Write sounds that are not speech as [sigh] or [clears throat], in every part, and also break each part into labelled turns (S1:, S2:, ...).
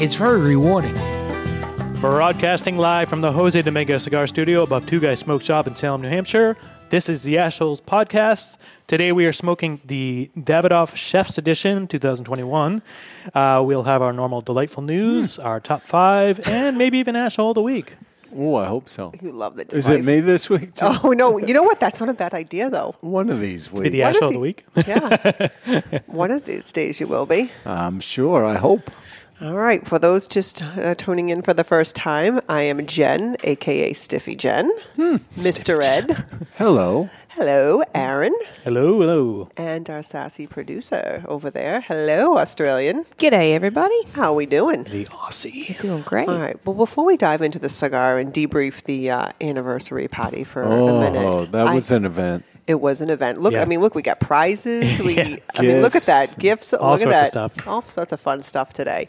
S1: It's very rewarding.
S2: Broadcasting live from the Jose Domingo Cigar Studio above Two Guys Smoke Shop in Salem, New Hampshire. This is the Ashholes Podcast. Today we are smoking the Davidoff Chef's Edition 2021. Uh, we'll have our normal delightful news,
S3: Hmm.
S2: our top five, and maybe even Ashhole of the Week.
S3: Oh, I hope so.
S4: You love the
S3: Is it
S4: device.
S3: me this week? too?
S4: [laughs] Oh no! You
S3: [laughs]
S4: know what? That's not a bad idea, though.
S3: One of these
S2: Be
S3: weeks.
S2: the Ashhole of the Week.
S4: [laughs] Yeah,
S2: [laughs]
S4: one of these days you will be.
S3: I'm sure. I hope.
S4: All right. For those just uh, tuning in for the first time, I am Jen, aka Stiffy Jen, Mr. Ed.
S3: Hmm. Hello.
S4: Hello, Aaron,
S2: Hello, hello.
S4: and our sassy producer over there. Hello, Australian.
S5: G'day, everybody.
S4: How we doing?
S2: The Aussie.
S5: Doing great.
S4: All right. Well, before we dive into the cigar and debrief the uh, anniversary party for a minute,
S3: Oh, that
S4: I-
S3: was an event.
S4: It was an event. Look,
S2: Yeah.
S4: I mean, look, we got prizes.
S2: [laughs]
S4: We, I mean, look at that,
S3: Gifts.
S4: gifts.
S2: All
S4: look
S2: sorts of
S4: at that.
S2: stuff.
S4: All sorts of fun stuff today.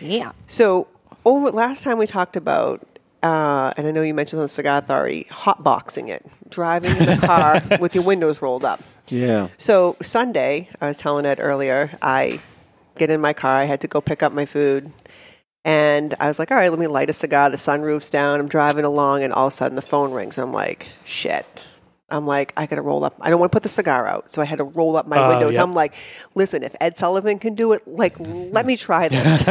S5: Yeah.
S4: So, over last time we talked about, uh, and I know you mentioned on the Cigar Authority, hotboxing it, driving in the
S2: [laughs]
S4: car with your windows rolled up.
S3: Yeah.
S4: So Sunday, I was telling Ed earlier, I get in my car. I had to go pick up my food, and I was like, "All right, let me light a cigar." The sunroof's down. I'm driving along, and all of a sudden, the phone rings. I'm like, "Shit." I'm like, I gotta roll up. I don't want to put the cigar out, so I had to roll up my
S2: Oh,
S4: windows.
S2: yep.
S4: I'm like, listen, if Ed Sullivan can do it, like, let me try
S2: [laughs]
S4: this.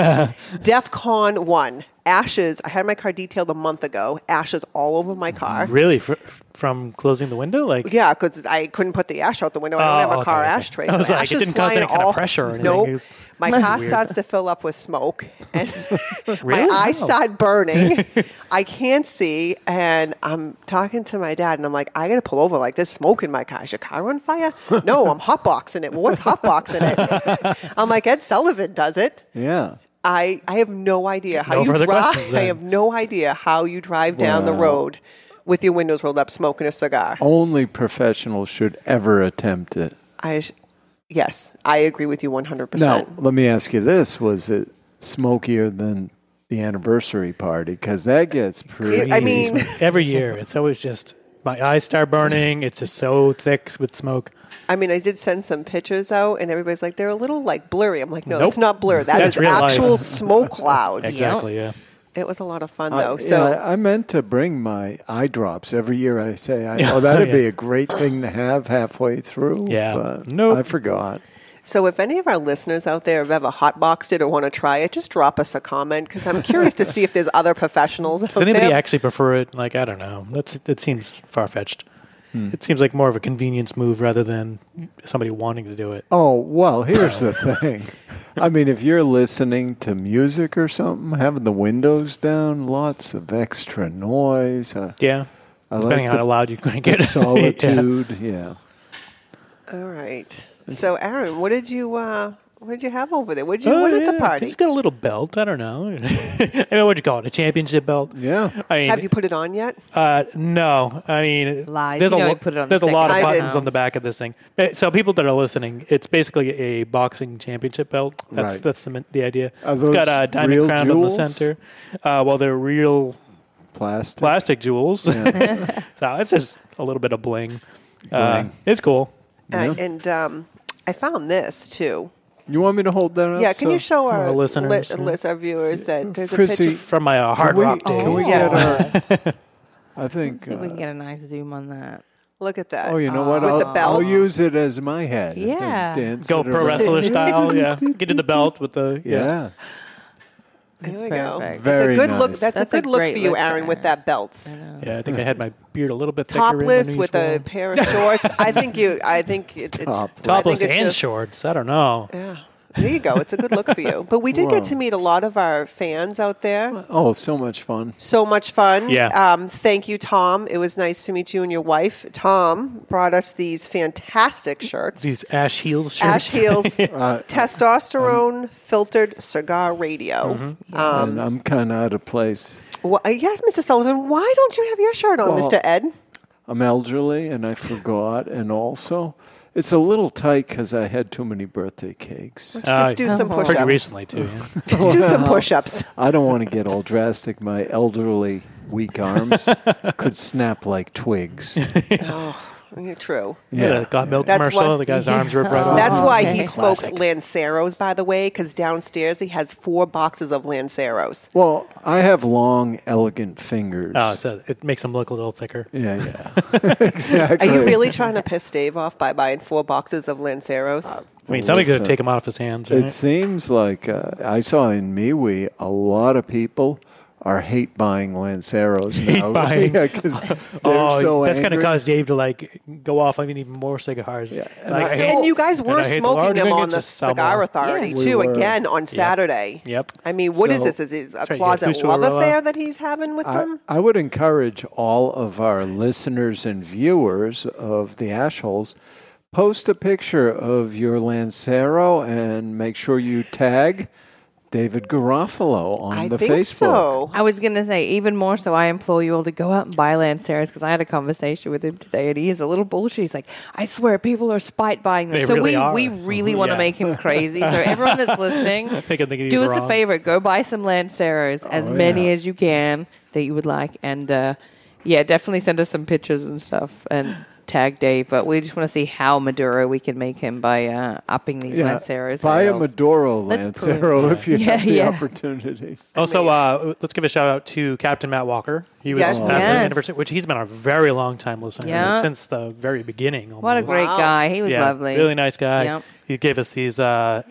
S4: DEF CON one, ashes. I had my car detailed a month ago. Ashes all over my car.
S2: Really? Fr- from closing the window? Like,
S4: Yeah, because I couldn't put the ash out the window. I
S2: Oh,
S4: don't have
S2: okay,
S4: a car
S2: okay.
S4: ashtray.
S2: I was
S4: so
S2: like,
S4: ash
S2: it
S4: is
S2: didn't cause any
S4: flying
S2: kind of
S4: all-
S2: pressure or anything.
S4: Nope.
S2: Oops.
S4: [laughs] My car starts to fill up with
S2: [laughs]
S4: smoke, and
S2: Really?
S4: [laughs] my eyes
S2: Wow.
S4: start
S2: [laughs]
S4: burning. I can't see, and I'm talking to my dad, and I'm like, I gotta pull over. Like, there's smoke in my car. Is your car on
S2: [laughs]
S4: fire? no, I'm hotboxing it. Well, what's hotboxing
S2: [laughs]
S4: it? I'm like, Ed Sullivan does it.
S3: Yeah.
S4: I, I have no idea how
S2: No
S4: you
S2: further questions,
S4: drive. I
S2: then.
S4: have no idea how you drive down the
S3: Wow.
S4: road with your windows rolled up, smoking a cigar.
S3: Only professionals should ever attempt it.
S4: I sh- yes, I agree with you 100%.
S3: Now, let me ask you this: Was it smokier than the anniversary party? Because that gets pretty.
S4: I mean,
S2: every year, it's always just my eyes start burning. It's just so thick with smoke.
S4: I mean, I did send some pictures out and everybody's like they're a little like blurry. I'm like, no,
S2: Nope.
S4: it's not blur. That is
S2: That's real life. [laughs]
S4: actual smoke clouds.
S2: Exactly, yeah.
S4: It was a lot of fun
S3: I-
S4: though.
S3: yeah,
S4: so
S3: I, I meant to bring my eye drops every year. I say, I, "Oh,
S2: [laughs]
S3: that'd
S2: Yeah.
S3: be a great thing to have halfway through."
S2: Yeah.
S3: but
S2: Nope.
S3: I forgot.
S4: so if any of our listeners out there have ever hotboxed it or want to try it, just drop us a comment cuz I'm curious to see if there's other professionals
S2: Does anybody actually prefer it? Like, I don't know. That's that seems far fetched. It seems like more of a convenience move rather than somebody wanting to do it.
S3: Oh, well, here's the thing. I mean, if you're listening to music or something, having the windows down, lots of extra noise, uh,
S2: Yeah,
S3: I
S2: depending
S3: like
S2: on
S3: the-
S2: how loud you can [laughs] get.
S3: solitude. yeah.
S4: All right. So Aaron, what did you uh what did you have over there? What did you
S2: Oh,
S4: what at
S2: yeah.
S4: the party?
S2: Just got a little belt. I don't know. [laughs] I mean, what'd you call it? A championship belt?
S3: Yeah.
S2: I mean,
S4: Have you put it on yet?
S2: Uh, no, I mean,
S5: Lies.
S2: There's
S5: You
S2: a,
S5: know
S2: lo-
S5: you put it on the
S2: there's a lot of
S4: second
S2: buttons
S4: round.
S2: on the back of this thing. Uh, So people that are listening, it's basically a boxing championship belt. That's
S3: Right.
S2: that's the, min- the idea.
S3: Are
S2: it's got
S3: those
S2: a diamond
S3: real
S2: crown
S3: jewels?
S2: on the center. Uh, well, they're real
S3: Plastic.
S2: plastic jewels. [laughs] so it's just a little bit of bling. Uh, it's cool.
S4: Uh, and um, I found this too.
S3: You want me to hold that up?
S4: Yeah, can you
S3: so-
S4: show
S2: our
S4: our
S2: listeners,
S4: listeners,
S2: yeah.
S4: our viewers that there's a
S3: Chrissy,
S4: picture?
S2: From my uh, hard
S3: we-
S2: rock days.
S3: can we get a. I think.
S5: See if we can
S3: Uh,
S5: get a nice zoom on that.
S4: Look at that.
S3: oh, you know what?
S4: With
S3: I'll,
S4: the
S3: I'll
S4: belt?
S3: use it as my head. and
S5: Yeah.
S3: dance
S2: Go
S3: it
S2: pro
S3: around.
S2: wrestler style. Yeah,
S3: [laughs]
S2: get to the belt with the yeah.
S3: Yeah.
S4: There we go.
S5: perfect.
S4: that's a
S3: Very
S4: good look.
S3: nice.
S4: That's,
S5: That's
S4: a
S5: a
S4: good look
S5: great
S4: for you,
S5: look,
S4: Aaron, with
S5: Aaron.
S4: that belt.
S2: Yeah, I think I had my beard a little bit thicker. in
S4: Topless
S2: than
S4: with a
S2: usual.
S4: pair of shorts. I think you. I think it, it's
S3: Topless.
S4: I think
S2: topless
S4: it's
S2: and
S4: just-
S2: shorts. I don't know.
S4: Yeah. There you go. It's a good look for you. But we did get to meet a lot of our fans out there.
S3: Oh, so much fun.
S4: So much fun.
S2: Yeah.
S4: Um, thank you, Tom. It was nice to meet you and your wife. Tom brought us these fantastic shirts.
S2: These ash heels shirts.
S4: Ash
S2: [laughs]
S4: Heels
S3: Uh,
S2: Mm-hmm.
S4: Testosterone Filtered Cigar Radio.
S2: Mm-hmm.
S4: Um,
S3: and I'm kind of out of place.
S4: wh- uh, yes, Mr. Sullivan, why don't you have your shirt on,
S3: Well-
S4: Mr. Ed?
S3: I'm elderly and I forgot. And also, it's a little tight because I had too many birthday cakes.
S2: Uh,
S4: Just do some push
S2: Pretty
S4: ups.
S2: recently, too. yeah. [laughs]
S4: Just do some push ups.
S3: [laughs] I don't want to get all drastic. My elderly, weak
S2: [laughs]
S3: arms could snap like twigs.
S4: True.
S2: Yeah, the got milk
S4: That's
S2: commercial.
S4: what-
S2: the guy's arms ripped [laughs] right off.
S4: That's why he
S5: okay.
S4: smokes
S2: Classic.
S4: Lanceros, by the way, because downstairs he has four boxes of Lanceros. [laughs]
S3: Well, I have long, elegant fingers.
S2: Oh, so it makes them look a little thicker.
S3: yeah,
S2: [laughs]
S3: yeah. [laughs] exactly.
S4: Are you
S3: [laughs]
S4: really trying to piss Dave off by buying four boxes of Lanceros?
S5: Uh,
S2: I mean, somebody could
S3: Listen.
S2: take them off his hands. Right?
S3: It seems like uh, I saw in MeWe a lot of people are hate buying Lanceros now. [laughs]
S2: buying. [laughs]
S3: yeah, 'cause they're
S2: oh,
S3: so
S2: that's
S3: angry.
S2: gonna cause Dave to like go off. I mean, even more cigars.
S3: Yeah. And
S2: Like,
S3: I-
S4: And you guys
S2: and
S4: were
S2: I hate the
S4: smoking
S2: large
S4: them
S2: one,
S4: on
S2: it's
S4: the
S2: just some
S4: Cigar
S2: more.
S4: Authority
S3: We
S4: too
S3: were.
S4: again on Saturday.
S2: Yep.
S4: I mean, what is
S3: So-
S4: this? Is this a
S2: right, you
S4: closet
S2: guys do
S4: love
S2: Cirola.
S4: affair that he's having with
S3: I,
S4: them?
S3: I would encourage all of our listeners and viewers of the Ashholes, post a picture of your Lancero and make sure you tag David Garofalo on
S4: I
S3: the
S4: think
S3: Facebook.
S4: so.
S5: I was gonna say even more so. I implore you all to go out and buy Lanceros because I had a conversation with him today, and he is a little bullshit. He's like, I swear, people are spite buying them.
S2: They
S5: so
S2: really
S5: we
S2: are.
S5: we really want to
S2: [laughs] Yeah.
S5: make him crazy. So everyone
S2: [laughs]
S5: that's listening,
S2: They can think he's
S5: do us
S2: wrong.
S5: a favor, go buy some Lanceros, as many as you can that you would like, and uh, yeah, definitely send us some pictures and stuff and. Tag Dave, but we just want to see how Maduro we can make him by uh, upping these
S3: Yeah,
S5: Lanceros.
S3: buy a
S5: ourselves.
S3: Maduro
S5: Let's prove
S3: Lancero if you
S5: Yeah,
S3: have the
S5: yeah.
S3: opportunity.
S2: Also, uh, let's give a shout out to Captain Matt Walker. He was
S4: Yes.
S2: at
S5: Yes.
S2: the anniversary, which he's been a very long time listener
S5: Yeah.
S2: like, since the very beginning. Almost.
S5: What a great
S4: Wow.
S5: guy! He was
S2: yeah,
S5: lovely.
S2: really nice guy.
S5: Yep.
S2: He gave us these. Uh,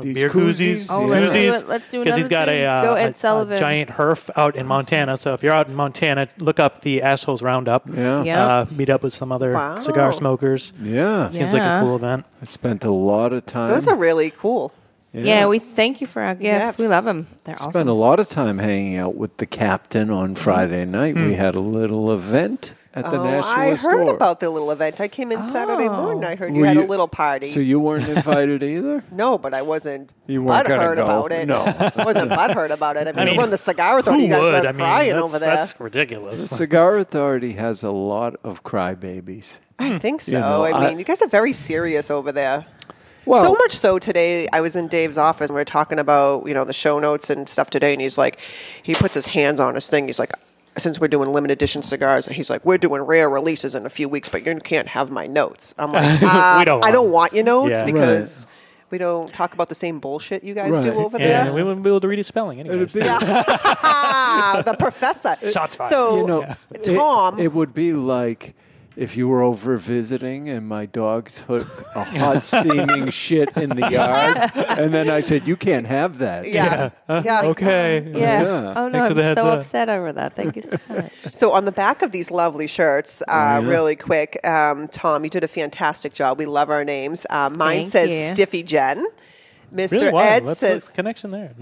S3: These
S2: beer koozies,
S3: koozies.
S5: Oh,
S3: let's do
S5: it. Let's do
S2: because he's got
S5: another
S2: a,
S5: thing. Go
S2: uh,
S5: Ed
S2: a- a
S5: Sullivan.
S2: giant herf out in Montana. So if you're out in Montana, look up the assholes roundup.
S3: Yeah.
S5: Yeah.
S2: Uh, meet up with some other
S4: Wow.
S2: cigar smokers.
S3: Yeah.
S2: Seems like a
S5: Yeah.
S2: cool event.
S3: I spent a lot of time.
S4: Those are really cool.
S5: Yeah, we thank you for our gifts.
S4: Yes.
S5: We love them. They're
S3: spent
S5: awesome.
S3: a lot of time hanging out with the captain on Friday night. We
S2: Hmm.
S3: had a little event at the
S4: Oh,
S3: National
S4: I heard
S3: Store. Oh.
S4: about the little event. I came in Saturday morning. I heard you
S3: Were
S4: had a
S3: you- [laughs]
S4: little party.
S3: So you weren't invited either.
S4: [laughs] no, but I wasn't
S3: You weren't gonna
S4: butthurt
S3: go.
S4: about it.
S3: No.
S4: [laughs] I wasn't butthurt about it. I mean,
S2: mean,
S4: when the cigar authority,
S2: Who
S4: you guys
S2: would?
S4: were
S2: I mean,
S4: crying
S2: that's,
S4: over there.
S2: that's ridiculous.
S3: The Cigar Authority has a lot of crybabies.
S2: hmm.
S4: I think so.
S3: know,
S4: I
S3: I-
S4: mean, you guys are very serious over there.
S3: Well-
S4: so much so today, I was in Dave's office and we are talking about you know the show notes and stuff today, and he's like, he puts his hands on his thing. He's like, since we're doing limited edition cigars, he's like, we're doing rare releases in a few weeks, but you can't have my notes. I'm
S3: [laughs]
S4: like, uh,
S2: We don't
S4: I don't want
S2: want
S4: your notes
S2: Yeah.
S4: because we don't talk about the same bullshit you guys do
S3: Right.
S4: over
S2: and
S4: there.
S2: we wouldn't be able to read his spelling anyways.
S3: [laughs]
S4: ah,
S2: [laughs]
S4: the professor.
S2: Shots fired.
S4: So uh,
S3: You know,
S4: Tom,
S3: It, it would be like if you were over visiting and my dog took
S4: [laughs]
S3: a hot steaming shit in the yard, and then I said, "You can't have that."
S4: yeah, yeah.
S2: okay.
S5: yeah.
S3: Yeah.
S5: Oh no,
S2: Thanks for
S5: I'm
S2: the heads
S5: so
S2: up.
S5: upset over that. Thank you so much.
S4: [laughs] So on the back of these lovely shirts, uh,
S2: Oh,
S4: really quick, um, Tom, you did a fantastic job. We love our names. Uh, mine
S5: Thank
S4: says
S5: you.
S4: Stiffy Jen. Mr.
S2: Really
S4: Ed
S2: wild. What's the
S4: says
S2: connection there?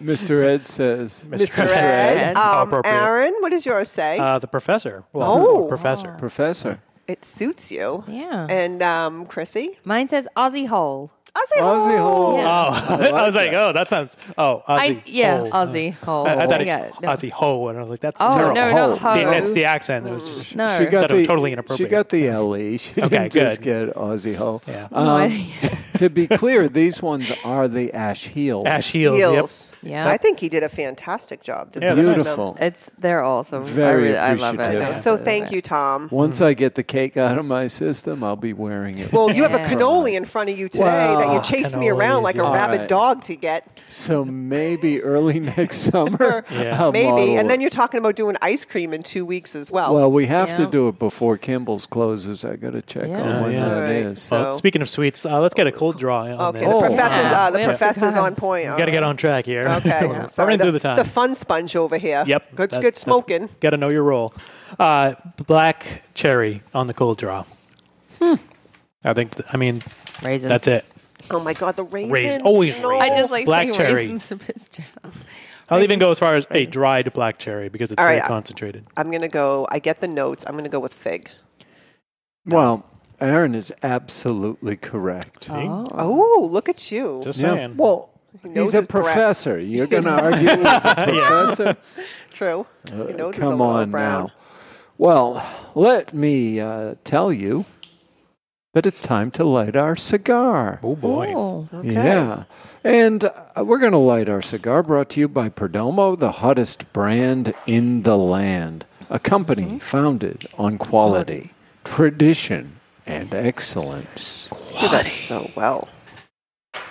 S3: Mr. Ed says,
S4: Mr. Ed.
S5: Ed.
S2: How
S4: Um,
S2: appropriate.
S4: Aaron, what does yours say?
S2: Uh, the professor. Well,
S4: Oh.
S2: professor.
S3: "Professor,
S4: it suits you.
S5: Yeah.
S4: And um, Chrissy?
S5: Mine says Aussie Hole.
S4: Aussie
S3: Aussie hole."
S5: Yeah.
S2: Oh, [laughs] I, was like, oh, that sounds. Oh, Ozzy.
S5: I yeah,
S2: Ho.
S5: Aussie Hole.
S2: I, I thought it,
S5: Yeah, no.
S2: Ozzy Ho, and I was like, that's
S5: Oh
S2: terrible.
S5: no, no, ho.
S2: The- that's the accent. It was just,
S5: no.
S3: She got
S2: That was
S3: the
S2: totally
S3: She [laughs]
S2: inappropriate.
S3: got the LE. She
S2: Okay,
S3: didn't just
S2: good.
S3: get Aussie Ho.
S2: Yeah.
S5: No,
S4: [laughs]
S3: Um,
S5: I-
S3: [laughs] to be clear, these ones are the ash heels.
S2: Ash heels. yep.
S4: Heels.
S5: Yeah.
S4: I think he did a fantastic job.
S2: Yeah,
S4: designing them.
S3: Beautiful.
S5: it's they're awesome. I,
S3: Very
S5: really, I love it.
S3: appreciative.
S4: So thank you, Tom.
S3: Once
S2: Mm.
S3: I get the cake out of my system, I'll be wearing it.
S4: Well, you have a
S5: Yeah.
S4: cannoli in front of you today that you
S3: Wow.
S4: chased me around like a
S2: Cannolis, yeah.
S4: rabid
S3: Alright.
S4: dog to get.
S3: so maybe
S4: [laughs]
S3: early next summer.
S2: Yeah.
S3: I'll
S4: uh, Maybe.
S3: model
S4: And then
S3: it.
S4: you're talking about doing ice cream in two weeks as well.
S3: Well, we have to
S5: Yeah.
S3: do it before Kimball's closes. I got to check
S5: Yeah.
S3: on
S5: Oh,
S3: when
S2: yeah.
S3: that
S4: Right.
S3: is.
S4: So-
S2: Well, speaking of sweets, uh, let's get a cold draw on
S4: Okay,
S2: this.
S4: the
S3: Oh,
S4: professor's
S5: wow.
S4: uh, the
S5: We have
S4: professor's
S5: cigars.
S4: on point.
S2: Got to get on track here.
S4: Okay,
S2: [laughs] We're
S4: sorry,
S2: running
S4: the,
S2: through the time.
S4: The fun sponge over here.
S2: Yep.
S4: good,
S2: that's-
S4: good
S2: that's-
S4: smoking.
S2: Got to know your role. Uh, black cherry on the cold draw. I think. th- I mean,
S5: Raisins.
S2: that's it.
S4: Oh my God, the raisins.
S2: Raisin- always
S4: No.
S2: raisin.
S5: I just like
S2: Black
S5: saying
S2: cherry.
S5: raisins in his channel.
S2: I'll even go as far as a dried black cherry because it's
S4: All
S2: very
S4: right, I-
S2: concentrated.
S4: I'm gonna go. I get the notes. I'm gonna go with fig.
S3: Well, Aaron is absolutely correct.
S2: See?
S4: Oh, look at you.
S2: Just
S3: Yeah.
S2: saying.
S3: Well,
S4: He knows
S3: he's a
S4: his breath. [laughs]
S3: professor. You're going to
S2: [laughs]
S3: argue with a professor? Uh,
S4: True. Your nose is a
S3: Come
S4: little
S3: on
S4: brown.
S3: now. Well, let me uh, tell you that it's time to light our cigar.
S2: oh boy.
S5: Oh.
S3: Yeah. And uh, we're going to light our cigar brought to you by Perdomo, the hottest brand in the land, a company
S4: Mm-hmm.
S3: founded on quality, tradition, and excellence.
S4: Do that so well.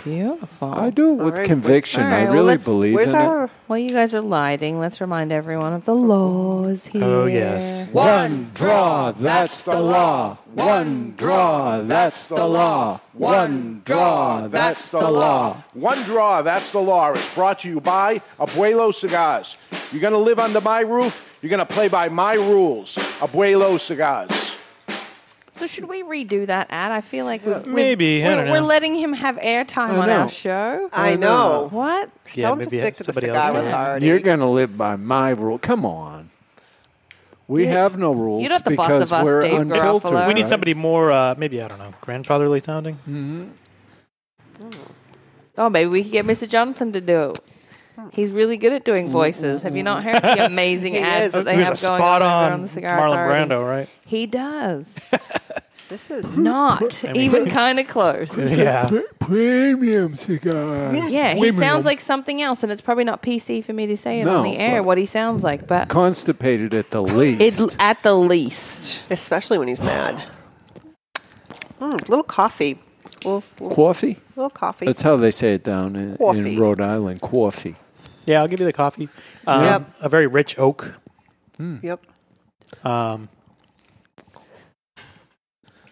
S5: Beautiful.
S3: I do it with
S4: All right,
S3: conviction.
S5: where's- All right,
S3: I
S5: well,
S3: really
S5: let's-
S3: believe
S4: Where's
S3: in
S4: our?
S3: it.
S5: While you guys are lighting, let's remind everyone of the laws here.
S2: Oh, yes.
S3: One draw, that's the law. One draw, that's the law. One draw, that's the law.
S6: One Draw, That's the Law is brought to you by Abuelo Cigars. You're going to live under my roof, you're going to play by my rules. Abuelo Cigars.
S5: So should we redo that ad? I feel like we've, we've-
S2: Maybe, I
S5: we're,
S2: don't know.
S5: we're letting him have airtime
S3: I
S5: on
S3: know.
S5: our show.
S4: I know.
S5: What?
S2: Yeah,
S4: Tell him to
S2: maybe
S4: stick to the
S2: somebody else
S4: cigar
S2: did.
S4: authority.
S3: You're going to live by my rule. Come on. We have no rules
S5: You're not the boss
S3: because
S5: of us,
S3: we're
S5: Dave
S3: unfiltered.
S5: Garofalo.
S2: We need
S3: right? [laughs] Mm-hmm.
S2: somebody more, uh, maybe, I don't know, grandfatherly sounding?
S5: Oh, maybe we could get Mr. Jonathan to do it. He's really good at doing voices. Have you not heard
S4: [laughs]
S5: the amazing
S4: He
S5: ads
S4: is.
S5: that they
S2: There's
S5: have
S2: a
S5: going
S2: spot
S5: on, over
S2: on
S5: on the cigar
S2: Marlon
S5: authority?
S2: Brando, right?
S5: He
S2: [laughs]
S5: does.
S4: This is
S5: [laughs] Not even kind of
S3: [laughs]
S5: close.
S2: Yeah.
S3: Premium cigars.
S5: Yeah, he sounds like something else, and it's probably not PC for me to say it on
S3: No,
S5: the air
S3: but-
S5: what he sounds like, but
S3: Constipated at the
S5: it,
S3: least.
S5: at the least.
S4: especially when he's mad. Mm, little coffee. Little, little,
S3: Coffee?
S4: little coffee.
S3: That's how they say it down in, in
S4: Coffee.
S3: Rhode Island. Coffee.
S2: Yeah, I'll give you the coffee. Um,
S4: Yep.
S2: A very rich oak.
S3: Hmm.
S4: yep.
S2: Um,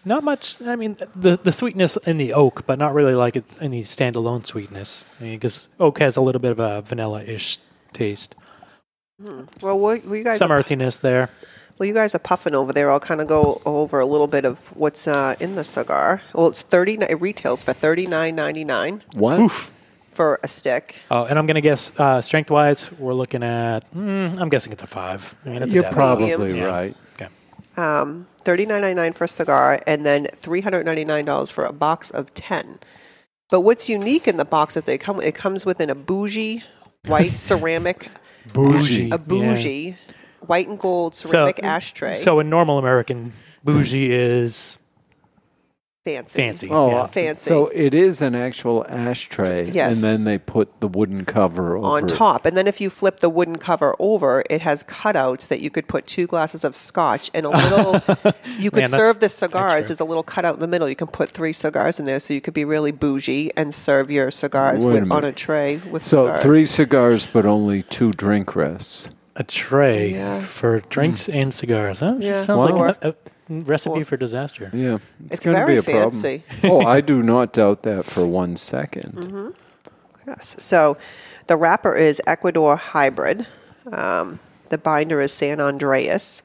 S2: not much. I mean, the the sweetness in the oak, but not really like it- any standalone sweetness. I mean, because oak has a little bit of a vanilla ish taste,
S4: Mm. Well, were, were you guys
S2: some earthiness there.
S4: well, you guys are puffing over there. I'll kind of go over a little bit of what's uh, in the cigar. Well, it's thirty. It retails for thirty nine ninety nine
S3: What?
S4: for a stick.
S2: Oh, and I'm gonna guess uh, strength wise, we're looking at. Mm, I'm guessing it's a five. I mean, it's
S3: You're
S2: a dab.
S3: probably
S2: Yeah.
S3: right.
S2: Okay.
S4: Um, thirty nine ninety nine for a cigar, and then three hundred ninety nine dollars for a box of ten. But what's unique in the box that they come with? It comes within a bougie
S2: [laughs]
S4: white ceramic,
S2: Bougie.
S4: a bougie white and gold ceramic ashtray.
S2: So a normal American bougie is
S4: fancy,
S2: fancy.
S3: Oh,
S2: yeah.
S3: uh,
S4: Fancy.
S3: So it is an actual ashtray,
S4: Yes.
S3: and then they put the wooden cover over
S4: on
S3: it.
S4: top. And then if you flip the wooden cover over, it has cutouts that you could put two glasses of scotch and a
S3: [laughs]
S4: little. you could
S2: Man, that's
S4: serve the cigars.
S2: extra.
S4: There's a little cutout in the middle. You can put three cigars in there, so you could be really bougie and serve your cigars
S3: Wait a
S4: with, on
S3: minute.
S4: a tray with
S3: So
S4: cigars.
S3: three cigars, but only two drink rests.
S2: a tray
S4: Yeah.
S2: for drinks and cigars. Huh?
S4: Yeah.
S2: Just oh, sounds
S3: Wow.
S2: like a, a recipe for disaster.
S3: Yeah, it's,
S4: It's
S3: going to
S4: very
S3: be a
S4: fancy.
S3: problem. [laughs] oh, I do not doubt that for one second.
S4: Mm-hmm. Yes. So the wrapper is Ecuador hybrid. Um, the binder is San Andreas.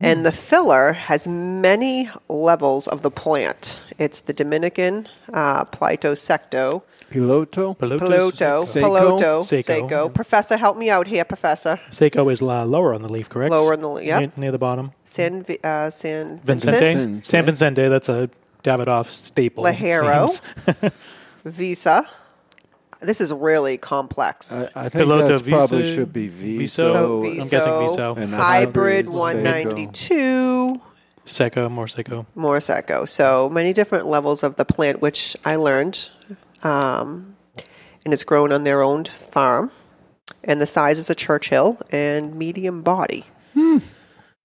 S3: Hmm.
S4: And the filler has many levels of the plant. It's the Dominican uh, Plito Secto,
S3: Piloto,
S4: Peloto,
S3: Seco?
S4: Peloto,
S2: Seco.
S4: Seco. Professor, help me out here, Professor.
S2: Seiko is la, lower on the leaf, correct?
S4: Lower on the le- yep.
S2: Near, near the bottom.
S4: San, Vi- uh, San
S2: Vincente.
S4: Vincent?
S3: Vincent.
S2: San Vincente, that's a Davidoff staple. it
S4: Lajero.
S2: seems.
S4: Visa. This is really complex.
S3: I, I think
S2: Piloto
S3: that's probably
S2: Viso-
S3: should be Viso.
S2: Viso.
S4: so,
S2: I'm
S4: Viso,
S2: guessing Viso.
S3: And
S4: hybrid
S3: hybrid
S4: 192.
S2: Seiko, more Seiko.
S4: more Prosecco. So many different levels of the plant, which I learned, um, and it's grown on their own farm. And the size is a Churchill and medium body.
S3: Hmm.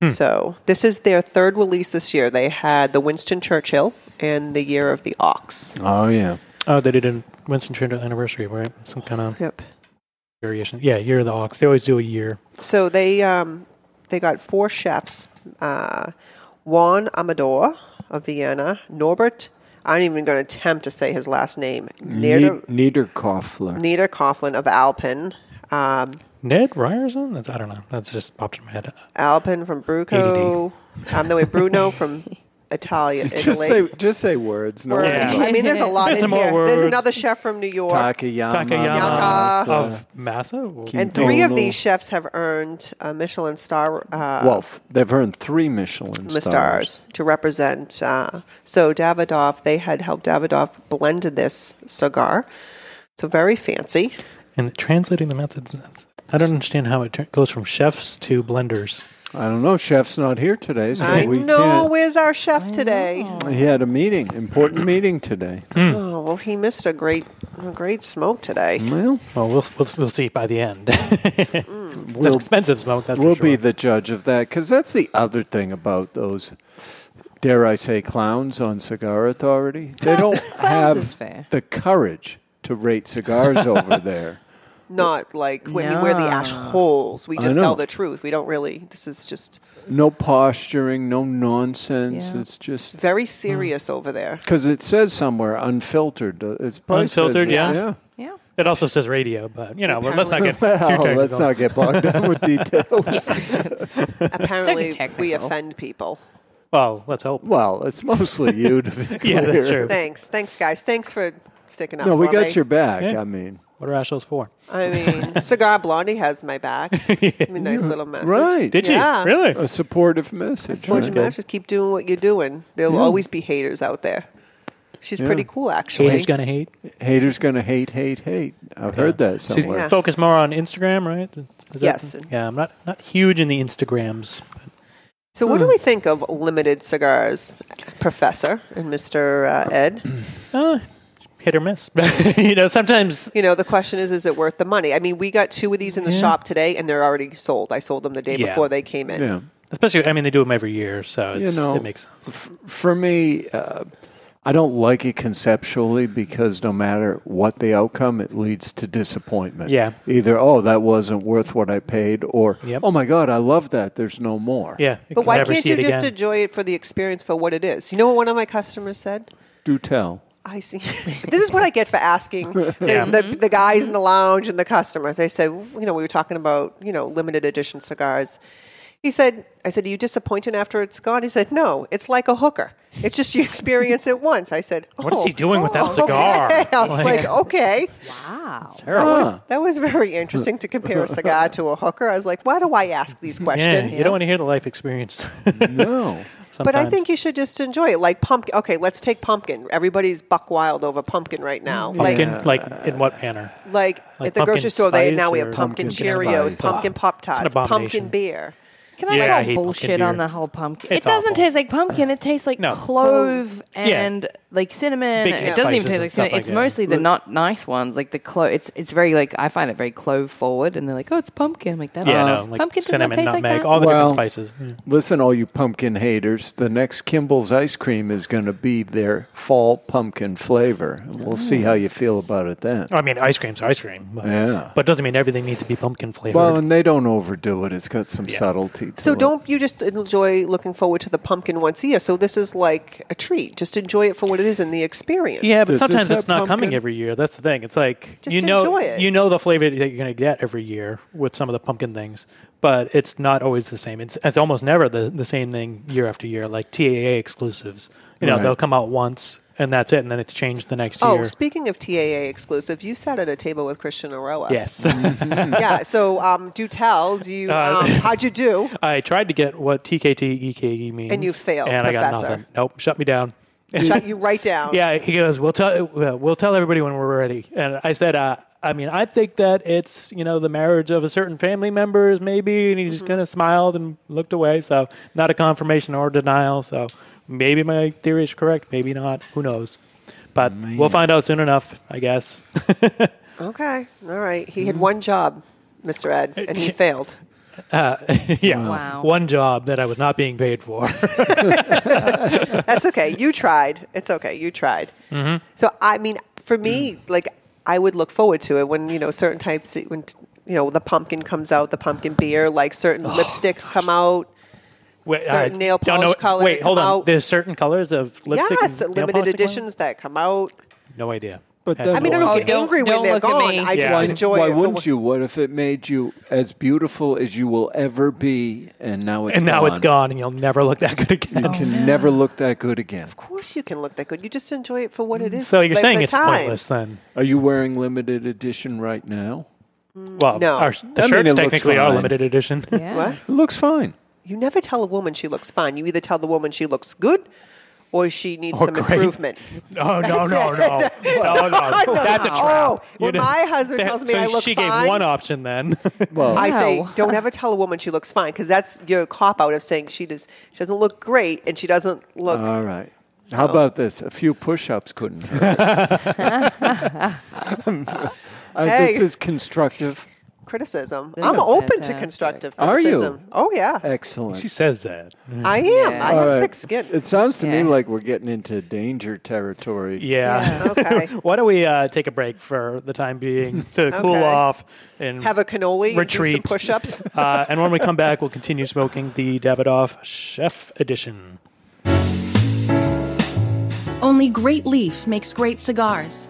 S4: So this is their third release this year. They had the Winston Churchill and the Year of the Ox.
S3: Oh yeah,
S2: Oh, they did a Winston Churchill anniversary, right? Some kind of
S4: Yep.
S2: variation. Yeah, year of the ox. They always do a year.
S4: So they um, they got four chefs: uh, Juan Amador of Vienna, Norbert. I'm not even going to attempt to say his last name. Nieder-
S3: ne- Niederkaufler.
S4: Nita Coughlin of Alpin. Um,
S2: Ned Ryerson? That's I don't know. That's just popped in my head. [laughs]
S4: Alpin from Bruco. Um, no, wait, Bruno from Italia, Italy.
S3: Just say just say words. No
S4: Or-
S2: Yeah.
S4: I mean, there's a lot
S2: There's
S4: in
S2: some more
S4: here. There's
S2: words.
S4: another chef from New York,
S3: Takayama.
S2: Takayama
S4: Masa.
S2: of Massa.
S4: and three of
S3: Donald.
S4: these chefs have earned a Michelin star. Uh,
S3: Well, f- they've earned three Michelin
S4: the
S3: stars.
S4: stars to represent. Uh, so Davidoff, they had helped Davidoff blended this cigar. So very fancy.
S2: And translating the methods. I don't understand how it tra- goes from chefs to blenders.
S3: I don't know. Chef's not here today, so
S4: I
S3: we
S4: know.
S3: can't.
S4: Where's our chef today?
S3: He had a meeting, important meeting today.
S2: Hmm.
S4: Oh well, he missed a great, a great smoke today.
S3: Well,
S2: Well, we'll we'll, we'll see by the end. [laughs] it's expensive smoke. That's
S3: we'll
S2: for
S3: be
S2: sure.
S3: the judge of that because that's the other thing about those, dare I say, clowns on
S5: [laughs]
S3: Cigar Authority. They don't
S5: is
S3: have
S5: fair.
S3: the courage to rate
S5: [laughs]
S3: cigars over there.
S4: Not like when we wear the ash holes. We
S3: I
S4: just
S3: know.
S4: tell the truth. We don't really. This is just
S3: No posturing, no nonsense.
S5: Yeah.
S3: It's just
S4: very serious over there.
S3: because it says somewhere unfiltered. uh, It's probably says
S2: Unfiltered,
S3: it,
S2: yeah.
S3: yeah.
S5: Yeah.
S2: It also says radio, but you know, let's not get too
S3: [laughs] Well,
S2: technical.
S3: let's not get bogged
S2: [laughs]
S3: down with details.
S5: [laughs]
S4: Apparently, we
S5: technical.
S4: offend people.
S2: Well, let's hope.
S3: Well, it's mostly you. [laughs] To be
S2: [laughs] Yeah,
S3: clear.
S2: that's true.
S4: Thanks, thanks, guys. Thanks for sticking up.
S3: No, we
S4: for
S3: got
S4: me.
S3: your back.
S2: Yeah.
S3: I mean,
S2: What are Ashles for?
S4: I
S3: [laughs]
S4: mean, Cigar Blondie has my
S2: [laughs]
S4: back. I mean, nice little message.
S3: right?
S2: Did
S4: Yeah.
S2: you really?
S3: a supportive message?
S4: Fortune
S3: right?
S4: Mac, just keep doing what you're doing. There will
S3: Yeah.
S4: always be haters out there. She's pretty cool, actually.
S2: Haters gonna hate.
S3: Haters gonna hate, hate, hate. I've heard that
S2: She's
S3: somewhere.
S4: Yeah.
S2: focused more on Instagram, right? Is that-
S4: Yes.
S2: yeah, I'm not not huge in the Instagrams.
S4: So, what do we think of limited cigars, Professor and Mister uh, Ed?
S2: Uh, hit or miss. [laughs] you know, sometimes
S4: You know, the question is, is it worth the money? I mean, we got two of these in the shop today, and they're already sold. I sold them the day
S2: Yeah.
S4: before they came in.
S3: Yeah.
S2: especially I mean they do them every year, so
S3: You
S2: it's,
S3: know,
S2: it makes sense.
S3: For me, uh, I don't like it conceptually because no matter what the outcome, it leads to disappointment.
S2: Yeah.
S3: Either oh that wasn't worth what I paid, or
S2: Yep.
S3: oh my god, I love that. There's no more.
S2: Yeah.
S4: But why
S2: never
S4: can't
S2: see
S4: you
S2: it
S4: just
S2: again.
S4: enjoy it for the experience for what it is? You know what one of my customers said?
S3: Do tell.
S4: I see. [laughs] this is what I get for asking the,
S2: Mm-hmm.
S4: the, the guys in the lounge and the customers. I said, you know, we were talking about, you know, limited edition cigars. He said, I said, are you disappointed after it's gone? He said, no, it's like a hooker. It's just you [laughs] experience it once. I said, oh,
S2: What is he doing with that
S4: okay."
S2: cigar?
S4: [laughs] I was like, okay.
S5: Wow.
S3: Terrible.
S4: That was very interesting to compare a cigar to a hooker. I was like, why do I ask these
S2: [laughs] Yeah,
S4: questions?
S2: you don't want to hear the life experience. [laughs]
S3: no.
S4: But I
S2: sometimes.
S4: think you should just enjoy it. Like pumpkin. Okay, let's take pumpkin. Everybody's buck wild over pumpkin right now. Like
S2: Mm-hmm. Pumpkin, like in what manner?
S4: like,
S2: Like
S4: at the
S2: pumpkin
S4: grocery store they
S2: spice
S4: now we
S2: or-
S4: have pumpkin,
S3: Pumpkin
S4: Cheerios,
S3: spice.
S4: pumpkin Pop Tarts,
S2: It's an abomination.
S4: pumpkin beer.
S5: Can I
S2: Yeah, I
S5: call
S2: hate pumpkin
S5: bullshit
S2: beer.
S5: on the whole pumpkin?
S2: It's
S5: it doesn't
S2: awful.
S5: taste like pumpkin. It tastes like
S2: No. Oh,
S5: clove
S2: Yeah.
S5: and like cinnamon.
S2: Big
S5: it doesn't even
S2: spices
S5: taste
S2: and
S5: like
S2: stuff
S5: cinnamon.
S2: like
S5: it's
S2: that.
S5: mostly the not nice ones, like the clove. It's it's very like I find it very clove forward, and they're like, oh, it's pumpkin. I'm like that. uh,
S2: Yeah, no, like
S5: pumpkin does not
S2: cinnamon,
S5: taste
S2: nutmeg,
S5: like that.
S2: all the
S3: Well,
S2: different spices. Yeah.
S3: Listen, all you pumpkin haters, the next Kimball's ice cream is going to be their fall pumpkin flavor. And We'll see how you feel about it then.
S2: I mean, ice cream's ice cream. But,
S3: Yeah.
S2: But it doesn't mean everything needs to be pumpkin flavored.
S3: Well, and they don't overdo it. It's got some
S2: Yeah.
S3: subtlety. To
S4: So
S3: it.
S4: don't you just enjoy looking forward to the pumpkin once a year? So this is like a treat. Just enjoy it for what it is and the experience.
S2: yeah, but
S3: Does this
S2: sometimes
S3: have
S2: it's not coming
S3: pumpkin?
S2: every year. That's the thing. It's like
S4: Just
S2: you know
S4: enjoy it.
S2: you know the flavor that you're going to get every year with some of the pumpkin things, but it's not always the same. It's, it's almost never the, the same thing year after year. Like TAA exclusives, you know,
S3: Right.
S2: they'll come out once and that's it, and then it's changed the next
S4: Oh,
S2: year.
S4: speaking of TAA exclusive, you sat at a table with Christian Aroa.
S3: [laughs]
S2: yes,
S3: Mm-hmm.
S2: Uh,
S4: Yeah. So um, do tell. Do you? Um, how'd you do?
S2: [laughs] I tried to get what TKT EKE E means,
S4: And you failed,
S2: and I got
S4: Professor.
S2: nothing. Nope, shut me down.
S4: Shut you right down.
S2: Yeah, he goes, "We'll tell uh, we'll tell everybody when we're ready." And I said, uh, "I mean, I think that it's you know the marriage of a certain family members, maybe." And he
S4: Mm-hmm.
S2: just kind of smiled and looked away. So not a confirmation or denial. So maybe my theory is correct, maybe not. Who knows? But we'll find out soon enough, I guess. [laughs]
S4: Okay. All right. He
S2: Mm-hmm.
S4: had one job, Mr. Ed, and
S2: [laughs]
S4: he failed.
S2: Uh, yeah,
S5: Wow.
S2: one job that I was not being paid for. [laughs]
S4: That's okay. You tried. It's okay. You tried.
S2: Mm.
S4: So I mean, for me, like I would look forward to it when you know certain types when you know the pumpkin comes out, the pumpkin beer, like certain lipsticks come out.
S2: Oh, Wait, I
S4: Certain nail
S2: don't
S4: polish
S2: know-
S4: color
S2: Wait, hold
S4: come
S2: on.
S4: out.
S2: There's certain colors of lipstick.
S4: yes,
S2: and nail
S4: limited
S2: polish that come out?
S4: editions that come out.
S2: No idea.
S3: But
S2: Had
S3: then
S2: no
S4: I mean, I
S2: idea.
S4: don't
S5: Oh,
S4: get
S5: don't-
S4: angry when
S5: don't
S4: they're
S5: look at
S4: gone.
S5: me.
S4: I
S2: Yeah.
S4: just
S3: why,
S4: enjoy
S3: why
S4: it. for
S3: wouldn't
S4: what-
S3: you? What if it made you as beautiful as you will ever be, and now it's
S2: and now it's gone, and you'll never
S3: [laughs]
S2: look that good again.
S3: You can never look that good again.
S4: Of course, you can look that good. You just enjoy it for what it is.
S2: Mm. So you're
S4: like
S2: saying
S4: the
S2: it's
S4: time.
S2: pointless then?
S3: Are you wearing limited edition right now?
S2: Well,
S4: Mm. No.
S2: our,
S4: I
S2: the
S3: mean, it
S2: shirts
S3: looks
S2: technically are
S3: fine.
S2: limited edition.
S5: Yeah.
S4: What?
S3: It looks fine.
S4: You never tell a woman she looks fine. You either tell the woman she looks good, or she needs
S2: Or
S4: some
S2: great.
S4: improvement.
S2: [laughs] No, no, Oh,
S4: [laughs]
S2: no, no, no, no. That's a trap.
S4: Oh,
S2: You
S4: when
S2: know,
S4: my husband tells me
S2: so
S4: I look
S2: she
S4: fine-
S2: gave one option then.
S3: [laughs] Well,
S4: I say,
S5: Wow.
S4: don't ever tell a woman she looks fine because that's your cop out of saying she does. She doesn't look great, and she doesn't look.
S3: all right. How about this? A few push-ups couldn't
S2: [laughs]
S3: hurt. [laughs] Uh, This
S4: Hey.
S3: is constructive.
S2: Oh.
S4: criticism.
S5: This
S4: I'm
S5: is
S4: open to
S5: fantastic.
S4: constructive
S3: Are you?
S4: criticism. Oh yeah,
S3: Excellent.
S2: she says that.
S4: I am.
S5: Yeah.
S4: I
S3: All
S4: have
S3: right.
S4: thick skin.
S3: It sounds to me
S5: Yeah.
S3: like we're getting into danger territory.
S2: Yeah.
S4: okay.
S2: [laughs] Why don't we uh, take a break for the time
S3: [laughs]
S2: being to cool
S4: Okay.
S2: off and
S4: Have a cannoli.
S2: retreat
S4: And do some push-ups.
S2: [laughs] uh, and when we [laughs] come back, we'll continue smoking the Davidoff Chef Edition.
S7: Only Great Leaf makes great cigars.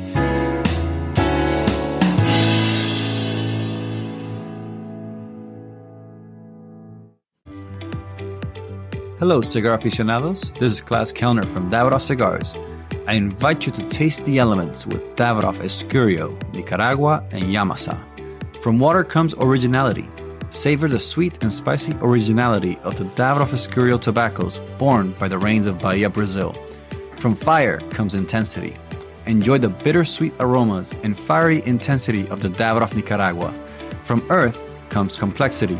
S8: Hello, cigar aficionados. This is Klaus Kellner from Davidoff Cigars. I invite you to taste the elements with Davidoff Escurio, Nicaragua, and Yamasa. From water comes originality. Savor the sweet and spicy originality of the Davidoff Escurio tobaccos born by the rains of Bahia, Brazil. From fire comes intensity. Enjoy the bittersweet aromas and fiery intensity of the Davidoff Nicaragua. From earth comes complexity.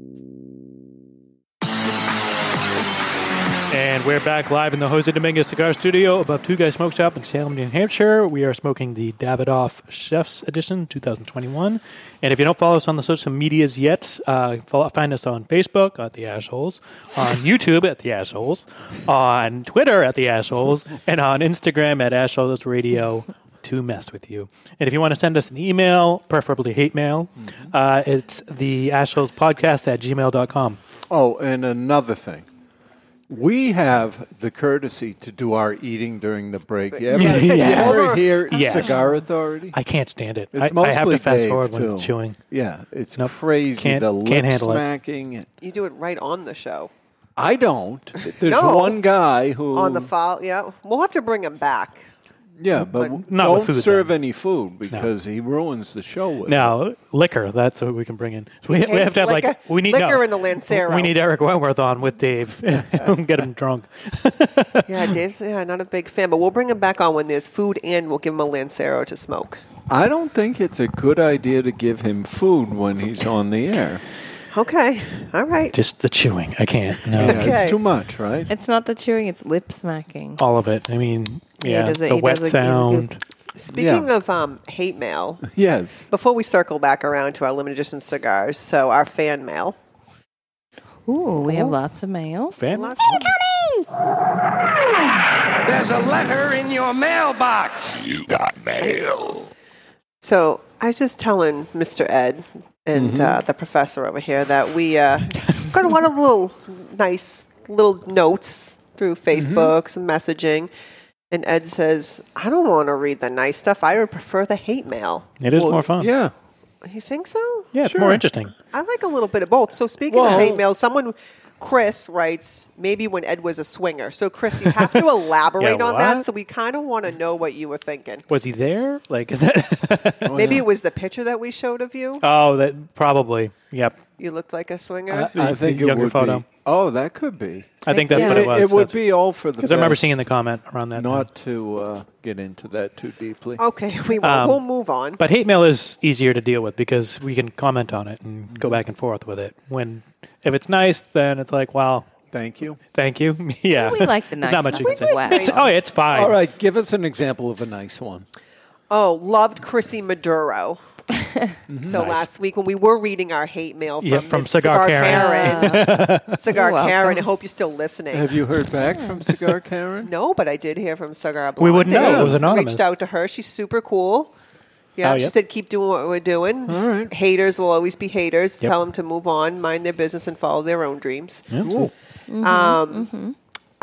S2: And we're back live in the Jose Dominguez Cigar Studio above Two Guys Smoke Shop in Salem, New Hampshire. We are smoking the Davidoff Chef's Edition 2021. And if you don't follow us on the social medias yet, uh, follow, find us on Facebook at The Assholes, on YouTube at The Assholes, on Twitter at The Assholes, and on Instagram at Assholes Radio to mess with you. And if you want to send us an email, preferably hate mail, uh, it's the assholes podcast at gmail.com.
S3: Oh, and another thing. We have the courtesy to do our eating during the break. Yeah,
S2: Yes. Yes.
S3: here at
S2: Yes.
S3: Cigar Authority.
S2: I can't stand it.
S3: It's
S2: I- I
S3: mostly
S2: have to fast
S3: Dave,
S2: forward when
S3: too.
S2: it's chewing.
S3: Yeah, it's
S2: Nope.
S3: crazy.
S2: Can't-
S3: the
S2: can't
S3: lip
S2: handle it.
S3: smacking.
S4: You do it right on the show.
S3: I don't. There's
S4: No.
S3: one guy who
S4: On the file, yeah. We'll have to bring him back.
S3: yeah, but,
S4: but-
S3: not
S4: Not
S3: don't
S4: with food,
S3: serve any food because he ruins the show with. it.
S2: Now, liquor, that's what we can bring in. So we,
S4: He
S2: we have
S4: hates
S2: to have
S4: liquor-
S2: like, we need
S4: liquor
S2: no,
S4: and a Lancero.
S2: We need Eric Wentworth on
S4: [laughs]
S2: with Dave. Get him drunk.
S4: yeah, Dave's yeah, not a big fan, but we'll bring him back on when there's food and we'll give him a Lancero to smoke.
S3: I don't think it's a good idea to give him food when he's on the air.
S4: Okay. All right.
S2: Just the chewing. I can't. No.
S3: Yeah, it's too much, right?
S5: It's not the chewing; it's lip smacking.
S2: All of it. I mean,
S5: Yeah,
S2: yeah,
S5: does it-
S2: the
S5: he
S2: wet
S5: does it-
S2: sound.
S4: Speaking of um, hate mail,
S3: Yes.
S4: before we circle back around to our limited edition cigars, so our fan mail.
S5: Ooh, we have
S4: Oh.
S5: lots of mail.
S2: Fan
S9: There's a letter in your mailbox.
S4: You got mail. So I was just telling Mr. Ed and uh, the professor over here that we uh, got a lot of little nice little notes through Facebook, some messaging. And Ed says, I don't want to read the nice stuff. I would prefer the hate mail.
S2: It is more fun.
S3: Yeah.
S4: You think so?
S2: Yeah, it's more interesting.
S4: I like a little bit of both. So speaking
S3: Well-
S4: of hate mail, someone Chris writes maybe when Ed was a swinger. So Chris, you have
S2: [laughs]
S4: to elaborate
S2: Yeah,
S4: on that.
S2: what?
S4: So we kind of want to know what you were thinking.
S2: Was he there? Like, is
S3: [laughs]
S2: that.
S3: Oh,
S4: maybe it was the picture that we showed of you.
S2: Oh, that probably. Yep.
S4: You looked like a swinger.
S2: Uh,
S3: I, I think it
S2: Younger
S3: would
S2: photo.
S3: be. Oh, that could be.
S2: I think that's
S3: Yeah.
S2: what it was.
S3: It would
S2: That's-
S3: be all for the.
S2: 'Cause I remember
S3: best.
S2: seeing the comment around that
S3: Not to uh, get into that too deeply.
S4: okay, [laughs] we will,
S2: Um,
S4: we'll move on.
S2: But hate mail is easier to deal with because we can comment on it and go back and forth with it. When if it's nice, then it's like, wow,
S3: thank you,
S2: thank you. [laughs] yeah,
S5: We like the nice
S2: There's Not much you
S5: stuff
S2: can
S5: as
S2: say.
S5: well.
S2: It's, oh, it's fine.
S3: All right, give us an example of a nice one.
S4: oh, loved Chrissy Maduro. So
S3: Mm-hmm. Nice.
S4: last week when we were reading our hate mail from,
S3: Yeah, from
S4: Miss
S3: Cigar Karen.
S4: [laughs]
S3: Ah.
S4: Cigar
S3: You're welcome.
S4: Karen, I hope you're still listening.
S3: Have you heard
S4: [laughs]
S3: back from Cigar Karen?
S4: No, but I did hear from Cigar Blonde.
S3: We wouldn't know. It was
S4: I
S3: anonymous.
S4: Reached out to her. She's super cool. Yeah,
S3: Oh,
S4: she
S3: yep.
S4: said, keep doing what we're doing. All right. Haters will always be haters.
S3: Yep.
S4: Tell them to move on, mind their business, and follow their own dreams.
S3: Yeah. Cool.
S4: Um,
S3: Mm-hmm.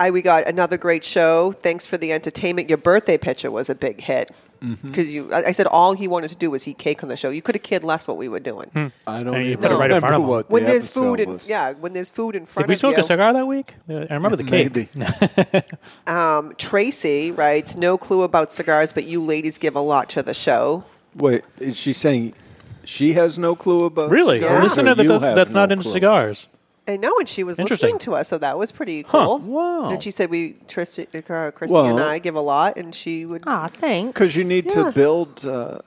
S4: I, we got another great show. Thanks for the entertainment. Your birthday picture was a big hit.
S2: Hmm.
S3: Mhm.
S4: Because you, I I said all he wanted to do was eat cake on the show. You could have cared less what we were doing.
S3: I don't
S2: And Hmm. you
S3: even
S2: put it right in
S3: remember
S2: front of him.
S3: what the
S4: When there's
S3: episode
S4: food, in,
S3: was.
S4: yeah, when there's food in front
S2: Did we
S4: of you.
S2: smoke a cigar that week? I remember the cake.
S3: Maybe.
S4: Um, Tracy writes, "No clue about cigars, but you ladies give a lot to the show."
S3: Wait, is she saying she has no clue about
S2: Really?
S3: cigars,
S2: A listener
S3: or
S2: that
S3: you
S2: does,
S3: have
S2: that's
S3: no
S2: not into
S3: clue?
S2: cigars.
S4: I know, and she was
S2: Interesting.
S4: listening to us, so that was pretty
S2: Huh.
S4: cool.
S3: Wow.
S4: And she said, "We Tracy, uh, Christy
S3: Well-
S4: and I give a lot, and she would."
S5: Ah, thanks.
S3: Because you need
S4: Yeah.
S3: to build uh,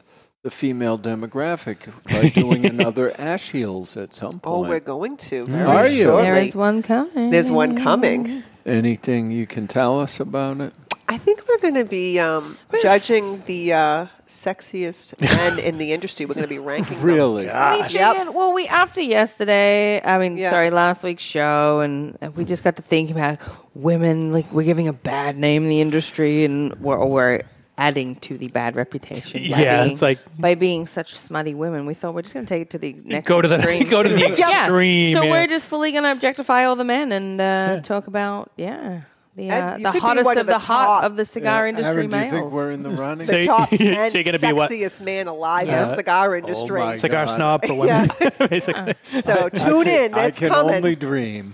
S3: the female demographic
S5: [laughs]
S3: by doing another Ash Heels at some point. Mm.
S4: Oh, we're going to. Very
S3: Are you?
S4: shortly.
S5: There is one coming.
S4: There's one coming.
S3: Anything you can tell us about it?
S4: I think we're going to be um, judging the uh, sexiest men in the industry. We're going to be [laughs] ranking. them.
S3: Really?
S5: We figured- Well, we after yesterday, I mean, sorry, last week's show, and uh, we just got to think about women. Like we're giving a bad name in the industry, and we're, or we're adding to the bad reputation. by
S2: Yeah,
S5: being-
S2: it's like-
S5: by being such smutty women. We thought we're just going to take it to the next
S2: [laughs] Go to the-
S5: extreme.
S2: go to the
S5: [laughs] Yeah.
S2: extreme,
S5: So
S2: yeah.
S5: we're just fully going to objectify all the men and uh, talk about yeah. The,
S4: And
S5: uh,
S4: you
S5: the
S4: could be
S5: hottest
S4: one
S5: of,
S4: of
S5: the,
S4: the
S5: hot
S4: top-
S5: of the cigar
S4: Yeah,
S5: industry
S3: Aaron, do you
S5: males.
S3: think we're in the running? Oh
S4: The top ten
S2: [laughs] so you're gonna be what?
S4: sexiest man alive in
S2: Uh,
S4: the cigar industry.
S2: cigar snob for
S4: [laughs]
S2: women, [laughs] basically.
S4: So tune in.
S3: I
S4: That's
S3: can
S4: coming.
S3: only dream.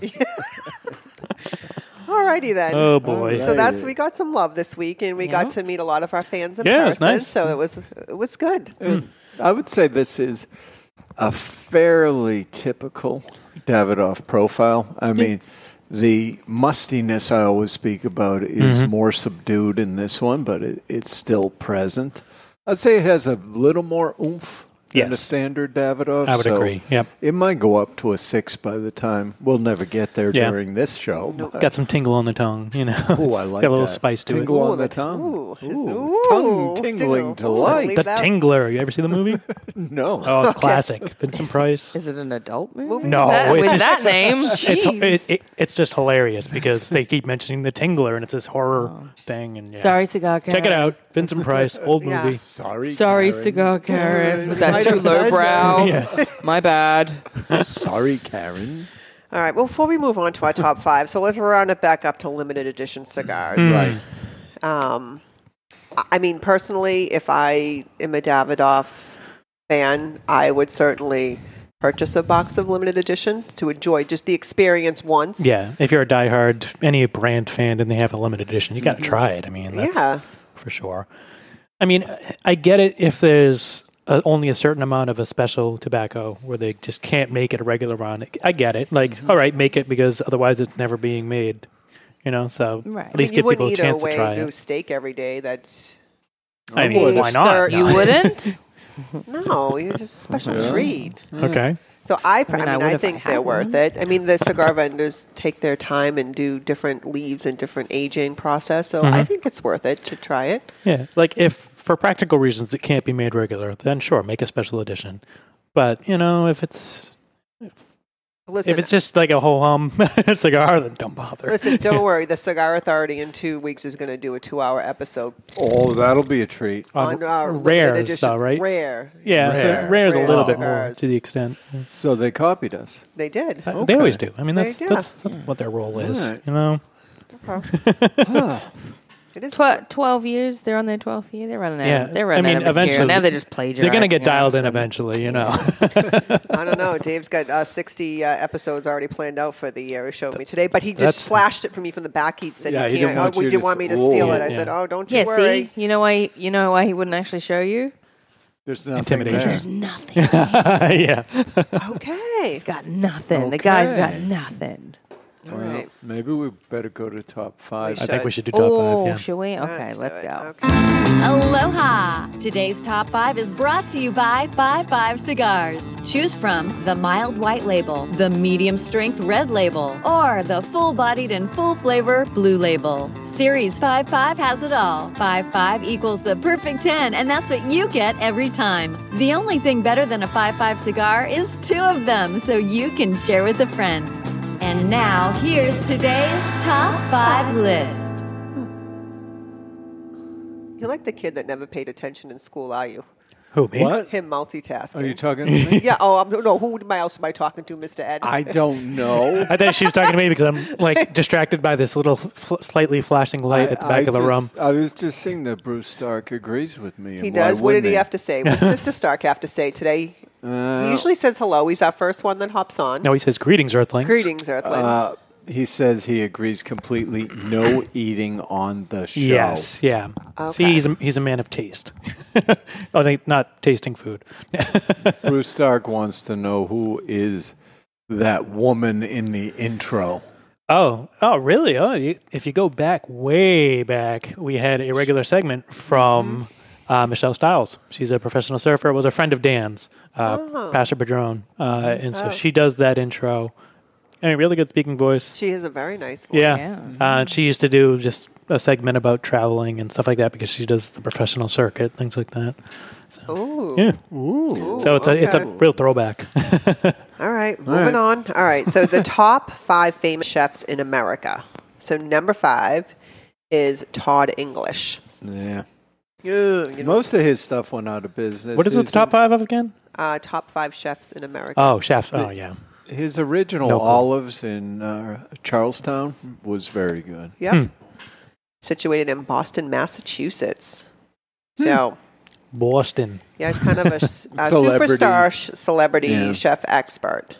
S4: All Alrighty then.
S2: Oh, boy.
S4: So that's we got some love this week, and we got to meet a lot of our fans in
S3: Yeah, it
S4: person.
S3: was nice.
S4: So it was it was good.
S3: Mm. I would say this is a fairly typical Davidoff profile. I mean, the mustiness I always speak about is
S2: Mm-hmm.
S10: Mhm.
S3: more subdued in this one, but it, it's still present. I'd say it has a little more oomph than a
S2: Yes.
S3: standard Davidoff.
S2: I would
S3: so
S2: agree, yep.
S3: It might go up to a six by the time. We'll never get there
S2: Yeah.
S3: during this show. but-
S2: Got some tingle on the tongue, you know.
S3: Ooh, I
S2: It's
S3: like
S2: got a little
S3: that.
S2: spice to
S3: Tingle
S2: it.
S3: on the tongue. Ooh, tongue tingling delight.
S2: The Tingler. You ever see the movie?
S3: [laughs] no.
S5: [laughs]
S2: Oh, it's classic. Vincent Price.
S5: Is it an adult movie?
S2: No,
S5: That-
S2: it's
S5: with that
S2: just,
S5: name,
S2: [laughs] it's
S5: Jeez.
S2: it, it, it's just hilarious because they keep mentioning the Tingler and it's this horror thing. And yeah.
S5: Oh. Sorry, cigar.
S2: check it
S5: Karen.
S2: out, Vincent Price, old
S5: Yeah.
S2: movie.
S3: Sorry,
S5: Sorry, cigar Karen. Was that
S4: Might
S5: too
S4: have done
S5: lowbrow?
S4: that.
S5: My bad.
S3: Sorry, Karen.
S4: All right. Well, before we move on to our
S3: [laughs]
S4: top five, so let's round it back up to limited edition cigars.
S3: Mm. Right.
S4: Um, I- I mean, personally, if I am a Davidoff fan, I would certainly purchase a box of limited edition to enjoy just the experience once.
S2: Yeah, if you're a diehard any brand fan and they have a limited edition, you
S3: Mm-hmm.
S2: got to try it. I mean, that's
S4: Mm-hmm. Yeah.
S2: for sure. I mean, I get it if there's uh only a certain amount of a special tobacco where they just can't make it a regular one. I get it. Like,
S4: Mm-hmm.
S2: all right, make it because otherwise it's never being made. You know, so
S4: Right.
S2: at least
S4: I mean,
S2: give people a
S4: You wouldn't
S2: chance
S4: eat
S2: to
S4: a
S2: try
S4: wagyu
S2: it.
S4: steak every day. That's
S2: I mean, why
S4: Age
S2: not?
S4: cert-
S2: No. You [laughs] wouldn't?
S4: no, it's just a special
S2: Yeah.
S4: treat.
S2: Okay.
S4: So I, pr-
S5: I
S4: I
S5: mean,
S4: mean,
S5: I
S4: I,
S5: would if I
S4: think
S5: had
S4: they're worth
S5: one.
S4: it. I mean, the cigar vendors take their time and do different leaves and different aging process. So I
S2: Mhm.
S4: think it's worth it to try it.
S2: Yeah, like if for practical reasons it can't be made regular, then sure, make a special edition. But you know, if it's
S4: Listen,
S2: if it's just like a ho hum [laughs] cigar, then don't bother. [laughs]
S4: Listen, don't worry. The Cigar Authority in two weeks is going to do a two-hour episode.
S3: Oh, that'll be a treat.
S5: Oh,
S2: On
S4: on our limited
S2: rares,
S4: edition-
S2: though, right?
S4: Rare.
S2: Yeah,
S3: Rare.
S2: so rare's a
S3: Rare
S2: little bit more
S3: cigars.
S2: to the extent.
S3: So they copied us. Hmm.
S4: They did.
S2: Uh, They always do. I mean,
S4: There
S2: that's
S4: you go.
S2: that's, that's what their role is.
S3: Alright.
S2: You know.
S4: It is
S5: Tw- twelve years. They're on their twelfth year. They're running out.
S2: Yeah,
S5: they're running
S2: I mean,
S5: out of material.
S2: eventually
S5: Now they're just plagiarizing.
S2: They're gonna get
S5: it.
S2: dialed in eventually, you know.
S4: I don't know. Dave's got uh, 60 uh, episodes already planned out for the year he showed me today, but he just
S2: That's-
S4: slashed it for me from the back. He said,
S2: Yeah,
S4: you
S2: he
S4: can't,
S2: didn't want
S4: oh, would
S2: you
S4: you
S2: to
S4: want
S2: s-
S4: me to steal
S2: Whoa.
S4: it? I said,
S2: Yeah.
S4: oh, don't you
S5: Yeah.
S4: worry.
S5: See, you know why? You know why he wouldn't actually show you?
S3: There's nothing
S2: Intimidation.
S3: there.
S2: There's
S5: nothing.
S2: [laughs] yeah.
S4: Okay. He's
S5: got nothing. The guy's got
S3: Okay.
S5: nothing.
S3: Well, Maybe we better go to top five.
S2: I think we should do top
S5: oh,
S2: five. Yeah.
S5: should we? Okay, let's, go.
S11: Aloha! Today's top five is brought to you by Five Five Cigars. Choose from the mild white label, the medium strength red label, or the full bodied and full flavor blue label. Series Five Five has it all. Five Five equals the perfect 10, and that's what you get every time. The only thing better than a Five Five cigar is two of them, so you can share with a friend. And now, here's today's top five list.
S4: You're like the kid that never paid attention in school, are you?
S2: Who me?
S3: What?
S4: Him multitasking.
S3: [laughs] Are you talking to
S2: [laughs]
S3: me?
S4: [laughs] yeah. Oh, I'm, no. Who am I else am I talking to, Mr. Ed?
S3: I don't know.
S2: I thought she was talking to me because I'm
S3: [laughs]
S2: like distracted by this little fl- slightly flashing light at the back
S3: I
S2: of the room.
S3: just- I was just seeing that Bruce Stark agrees with me.
S4: [laughs] He does. What did he have to say?
S3: [laughs]
S4: What's Mr. Stark have to say today?
S3: Uh,
S4: he usually says hello. He's our first one that hops on.
S2: No, he says greetings, Earthlings.
S4: Greetings, Earthling.
S3: Uh, he says he agrees completely.
S2: [clears throat]
S3: No eating on the show.
S2: Yes, yeah. See, he's a, he's a man of taste. [laughs] oh, they, not tasting food.
S3: Bruce Stark wants to know who is that woman in the intro.
S2: Oh, oh, really? Oh, you, if you go back way back, we had a regular segment from
S4: Mm-hmm.
S2: uh, Michelle Stiles. She's a professional surfer. Was a friend of Dan's, uh, Pastor Padron, uh, and so
S4: Oh.
S2: she does that intro. And a really good speaking voice.
S4: she has a very nice voice.
S2: Yeah. Uh, she used to do just a segment about traveling and stuff like that because she does the professional circuit, things like that. So,
S4: Ooh.
S2: yeah.
S4: Ooh,
S2: so it's a it's a
S4: okay.
S2: real throwback. [laughs]
S4: All right, moving
S2: All right.
S4: on. All right, so the top five famous chefs in America. So number five is Todd English.
S3: Yeah.
S4: Ew, you know,
S3: Most of his stuff went out of business.
S2: what is it, the
S3: His-
S2: top five of again?
S4: uh, top five chefs in America.
S2: Oh, chefs. Oh, yeah.
S3: His original
S2: No clue.
S3: olives in uh, Charlestown was very good.
S4: Yep.
S2: Hmm.
S4: Situated in Boston, Massachusetts.
S2: Hmm.
S3: Hmm.
S4: So
S2: Boston.
S4: yeah, he's kind of a,
S2: [laughs]
S3: [laughs]
S4: s- a
S3: Celebrity.
S4: superstar sh- celebrity
S3: Yeah.
S4: chef expert.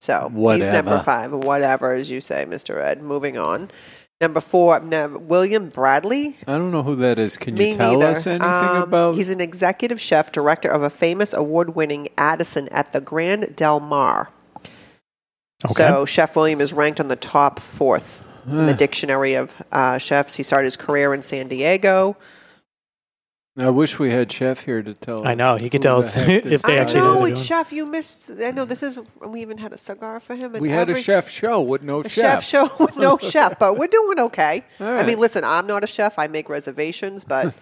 S4: So he's
S3: Whatever.
S4: number five. Whatever, as you say, Mr. Ed. Moving on. Number four, no, William Bradley.
S3: I don't know who that is. Can you
S4: Me
S3: tell
S4: neither.
S3: us anything
S4: Um,
S3: about?
S4: He's an executive chef, director of a famous award-winning Addison at the Grand Del Mar. So Chef William is ranked on the top fourth in the
S3: Huh.
S4: dictionary of uh, chefs. He started his career in San Diego.
S3: I wish we had Chef here to tell.
S2: I know, he could
S3: who
S2: tell
S3: the
S2: us
S3: heck
S2: [laughs] if
S3: this
S2: they
S3: guy
S2: actually
S3: is.
S2: know what
S4: Oh, it's Chef, you missed. I know this is. We even had a cigar for him. and
S3: We had a
S4: every-
S3: chef show with no
S4: a chef,
S3: chef.
S4: show with
S3: [laughs]
S4: no chef, but we're doing okay.
S3: All
S4: I
S3: right.
S4: mean, listen, I'm not a chef. I make reservations,
S3: [laughs]
S4: but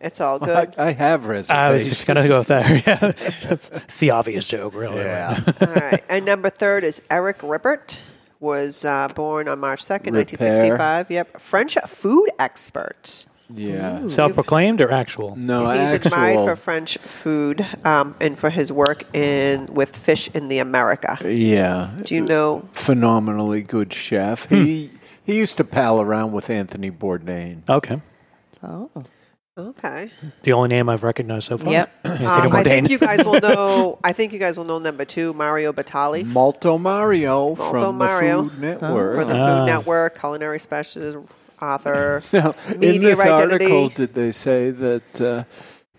S4: it's all
S3: I,
S4: good.
S3: I have reservations.
S2: I was just gonna go with that. [laughs] Yeah, that's it's the obvious joke, really. [laughs] Yeah.
S4: all right. And number third is Eric Rippert. Was uh, born on March second, nineteen
S2: Repair.
S4: sixty-five. Yep, French food expert.
S3: Yeah.
S2: Self-proclaimed or actual?
S3: No,
S4: He's admired for French food um, and for his work in with fish in the America.
S3: Yeah.
S4: Do you know?
S3: Phenomenally good chef. He he used to pal around with Anthony Bourdain.
S2: Okay.
S4: Oh. Okay.
S2: The only name I've recognized so far.
S4: Yep.
S2: [clears throat] Anthony
S4: Um, I think
S2: Bourdain.
S4: you guys
S3: [laughs]
S4: will know. I think you guys will know number two, Mario Batali.
S3: Malto
S2: Oh,
S3: Mario
S4: Malto
S3: from
S4: Mario
S3: the Food Network.
S4: For the
S3: Ah.
S4: Food Network, culinary specialist, author,
S3: [laughs] Now,
S4: media
S3: in this
S4: identity.
S3: article, did they say that uh,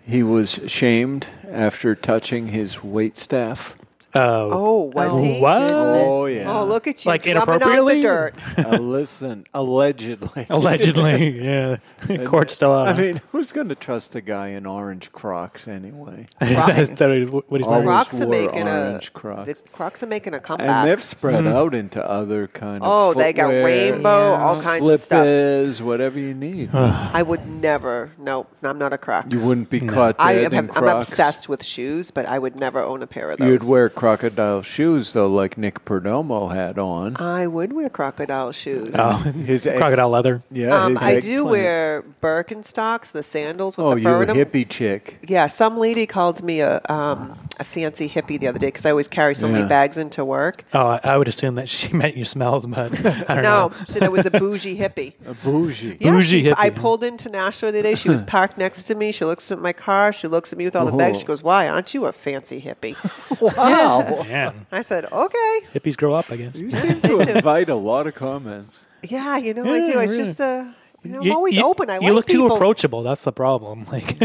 S3: he was shamed after touching his wait staff?
S4: Oh, was he?
S3: Oh, yeah.
S4: Oh, look at you. drumming on the
S3: [laughs]
S4: dirt.
S3: Uh, listen, allegedly.
S2: [laughs] Allegedly,
S3: [laughs]
S2: yeah. [laughs] Court's still out,
S3: I
S2: huh?
S3: mean, who's going to trust a guy in orange Crocs anyway?
S2: [laughs] Is that- is that what he's wearing?
S3: Always
S4: Crocs are
S3: wore
S4: making
S3: orange
S4: a.
S3: Crocs. Hmm.
S4: The Crocs are making a comeback.
S3: And they've spread
S2: Mm-hmm.
S4: Mhm.
S3: out into other kind of
S4: Oh, they got
S3: footwear,
S4: rainbow, all kinds of stuff.
S3: slippers, whatever you need.
S2: [sighs]
S4: I would never. No, I'm not a croc.
S3: You wouldn't be caught
S4: I
S3: dead
S4: am,
S3: in
S4: I'm
S3: Crocs.
S4: obsessed with shoes, but I would never own a pair of those.
S3: You'd wear crocodile shoes though, like Nick Perdomo had on.
S4: I would wear crocodile shoes.
S3: Oh. his
S2: Oh. crocodile leather.
S3: Yeah,
S4: Oh. um,
S3: his
S4: I do
S3: eggplant.
S4: wear Birkenstocks, the sandals with
S3: Oh,
S4: the fur
S3: you're a
S4: in 'em.
S3: hippie chick.
S4: Yeah, some lady called me a um, a fancy hippie the other day because I always carry so
S2: Yeah.
S4: many bags into work.
S2: Oh, I, I would assume that she [laughs] meant you smelled, but I don't
S4: No,
S2: know.
S4: she
S3: [laughs]
S4: said I was a bougie
S2: [laughs]
S4: hippie.
S3: A bougie.
S4: Yeah,
S2: Bougie
S4: she-
S2: hippie.
S4: I pulled into Nashville the other day. She
S2: [laughs]
S4: was parked next to me. She looks at my car. She looks at me with all the bags. She
S2: Oh.
S4: goes, "Why aren't you a fancy
S2: [laughs]
S4: hippie?" [laughs]
S3: Wow.
S2: Man.
S4: I said, "Okay."
S2: Hippies grow up, I guess.
S3: You seem
S4: [laughs]
S3: to invite a lot of comments.
S4: Yeah, you know
S2: Yeah,
S4: I do. It's
S2: really.
S4: just the you know, I'm
S2: You-
S4: always
S2: you-
S4: open. I
S2: you
S4: like
S2: look
S4: people.
S2: too approachable. That's the problem. [laughs] Like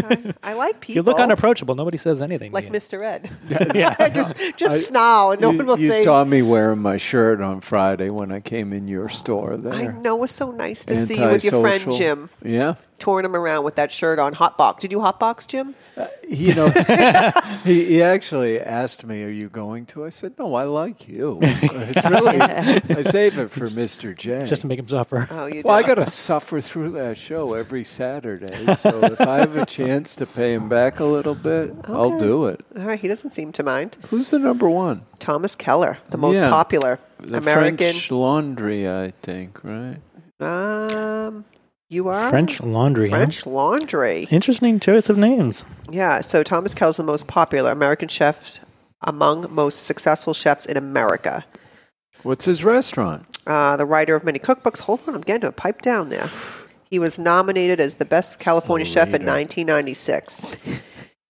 S4: I like people.
S2: you look unapproachable. Nobody says anything.
S4: like Mr.
S2: [laughs]
S4: Ed. [laughs]
S2: Yeah, I
S4: just
S2: know.
S4: just
S3: I-
S4: snarl and Oh, no
S3: you,
S4: one will
S3: you
S4: say.
S3: saw me wearing my shirt on Friday when I came in your store there.
S4: I know it was so nice to see you with your friend
S3: Antisocial.
S4: Jim, [laughs]
S3: Yeah.
S4: touring him around with that shirt on. Hot box. Did you hot box, Jim?
S3: You know, he, he actually asked me, "Are you going to?" I said, "No, I
S2: [laughs]
S3: like you." It's really, I save it for Mister J,
S2: just to make him suffer. Oh, you
S3: well, I
S2: do.
S3: got to suffer through that show every Saturday, so if I have a chance to pay him back a little bit, I'll do it.
S4: All right, he doesn't seem to mind.
S3: Who's the number one?
S4: Thomas Keller, the most
S3: Yeah.
S4: popular
S3: The
S4: American.
S3: French Laundry, I think, right?
S4: Um, you are
S2: French Laundry, huh?
S4: French Laundry.
S2: Interesting choice of names.
S4: Yeah, so Thomas Kell is the most popular American chef among most successful chefs in America.
S3: What's his restaurant?
S4: Uh, the writer of many cookbooks. Hold on, I'm getting a pipe down there. He was nominated as the best California chef in
S3: Later.
S4: 1996.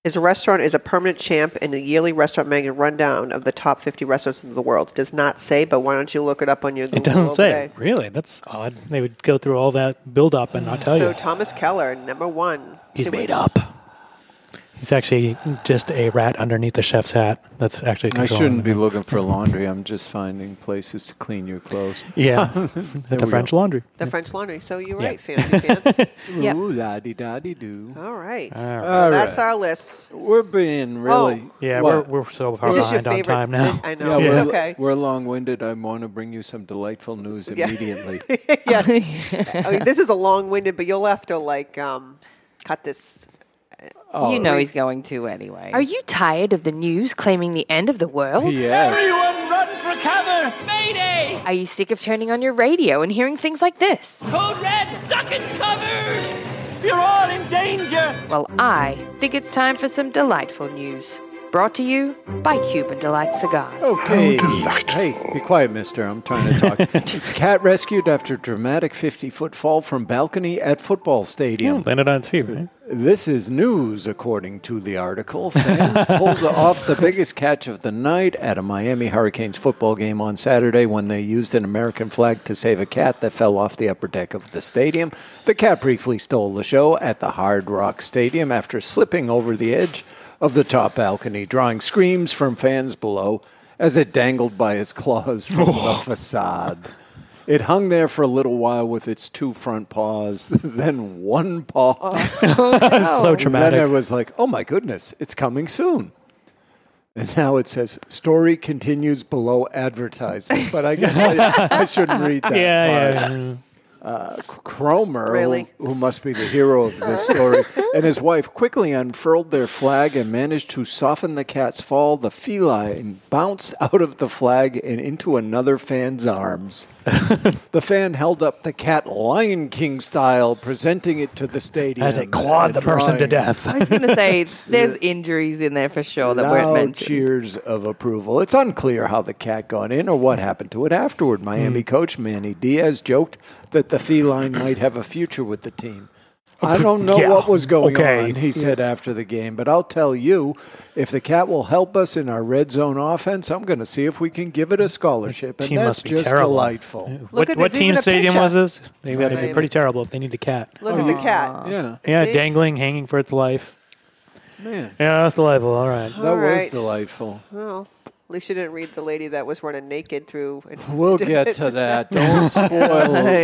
S4: His restaurant is a permanent champ in the yearly restaurant magazine rundown of the top 50 restaurants in the world. Does not say, but why don't you look it up on your Google
S2: It doesn't
S4: today?
S2: say. Really? That's odd. They would go through all that build up and not tell
S4: so
S2: you.
S4: Thomas Keller, number one.
S2: He's
S4: To
S2: made
S4: which-
S2: up. He's actually just a rat underneath the chef's hat. That's actually. controlling
S3: I shouldn't
S2: him.
S3: be
S2: [laughs]
S3: looking for laundry. I'm just finding places to clean your clothes.
S2: Yeah,
S3: [laughs] There
S2: at the
S3: we
S2: French
S3: go.
S2: Laundry.
S4: The French Laundry. So you're
S3: Yeah.
S4: right, fancy
S2: [laughs]
S4: pants. Yep.
S3: Ooh, la di da di do.
S4: All right.
S3: All
S4: So
S3: right.
S4: that's our list.
S3: We're being really.
S4: Oh.
S2: Yeah,
S3: What?
S2: we're- we're so far
S4: This is your
S2: behind on
S4: favorite-
S2: time now.
S4: I know.
S3: we're,
S4: It's okay.
S3: We're long-winded. I want to bring you some delightful news
S4: Yeah. [laughs]
S3: immediately.
S4: yes.
S5: [laughs]
S4: I mean, this is a long winded, but you'll have to like um, cut this. uh,
S3: Oh.
S5: You know he's going to anyway.
S10: Are you tired of the news claiming the end of the world?
S12: Everyone run for cover! Mayday!
S10: Are you sick of turning on your radio and hearing things like this?
S12: Code red, duck and
S4: Mm-hmm.
S12: cover! You're all in danger!
S10: Well, I think it's time for some delightful news. Brought to you by Cuban Delight Cigars.
S3: Okay. Hey, be quiet, mister. I'm trying to talk.
S2: [laughs]
S3: Cat rescued after dramatic 50 foot fall from balcony at football stadium.
S2: Yeah, landed on its feet, right?
S3: This is news, according to the article. Fans pulled off the biggest catch of the night at a Miami Hurricanes football game on Saturday when they used an American flag to save a cat that fell off the upper deck of the stadium. The cat briefly stole the show at the Hard Rock Stadium after slipping over the edge of the top balcony, drawing screams from fans below as it dangled by its claws from the facade. It hung there for a little while with its two front paws, [laughs] then
S2: [laughs]
S3: one paw.
S2: so traumatic.
S3: Then I was like, oh my goodness, it's coming soon. And now it says, story continues below advertisement. But I guess I, I shouldn't read that.
S2: [laughs] Yeah,
S3: part.
S2: yeah, yeah.
S3: Uh, Cromer, who-
S2: Really?
S3: who, must be the hero of this story, and his wife quickly unfurled their flag and managed to soften the cat's fall. The feline bounced out of the flag and into another fan's arms. the fan held up the cat Lion King style, presenting it to the stadium.
S2: As it clawed the person to death.
S5: I was going to
S3: [laughs]
S5: say, there's injuries in there for sure that weren't
S3: Loud
S5: mentioned.
S3: cheers of approval. It's unclear how the cat got in or what happened to it afterward.
S2: Hmm.
S3: Miami coach Manny Diaz joked that the
S2: [clears throat]
S3: feline might have a future with the team. I don't know
S2: Yeah.
S3: what was going
S2: Okay.
S3: on, he said after the game, but I'll tell you, if the cat will help us in our red zone offense, I'm going to see if we can give it a scholarship. And
S2: team
S3: that's
S2: must be
S3: just
S2: terrible.
S3: delightful.
S2: what what team stadium was this? They've got to be
S3: Miami.
S2: pretty terrible if they need a cat.
S4: Look at the cat.
S3: Oh, Yeah.
S2: Yeah,
S4: See?
S2: dangling, hanging for its life.
S3: Man.
S2: Yeah, that's delightful. All right.
S4: That All was right.
S3: delightful.
S4: Well, at least you didn't read the lady that was running naked through. [laughs] An
S3: We'll get to
S4: [laughs]
S3: that.
S5: [laughs]
S3: Don't spoil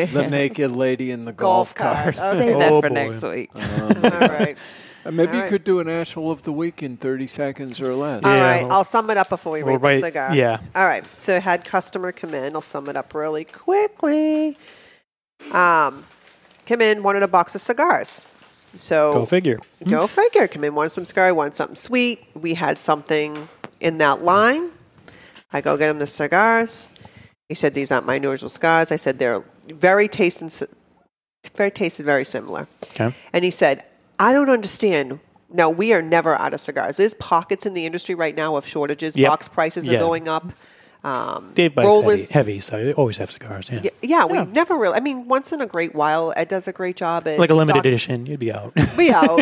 S3: the naked lady in the golf,
S4: Golf cart.
S3: cart. [laughs]
S4: Okay. Save that for next week.
S3: Oh,
S4: All right.
S3: [laughs] And maybe
S4: All
S3: you
S4: right.
S3: could do an asshole of the week in 30 seconds or less.
S4: All right, I'll sum it up before we
S3: Well,
S4: read
S3: right,
S4: the cigar.
S3: yeah.
S4: All right, so I had customer come in. I'll sum it up really quickly. Um, come in, wanted a box of cigars. So
S2: Go figure.
S3: hmm.
S4: Go figure. Come in, wanted some cigar, wanted something sweet. We had something in that line. I go get him the cigars. He said these aren't my usual cigars. I said they're very taste and si- very tasted very similar.
S2: Okay.
S4: And he said, I don't understand. Now, we are never out of cigars. There's pockets in the industry right now of shortages.
S2: Yep.
S4: Box prices are
S2: Yeah.
S4: going up. Um,
S2: Dave buys
S4: rollers.
S2: heavy, heavy, so I always have cigars. Yeah.
S4: Yeah, yeah, we never really. I mean, once in a great while, Ed does a great job at
S2: Like a limited
S4: stock-
S2: edition, you'd be out. [laughs]
S4: [laughs] be out.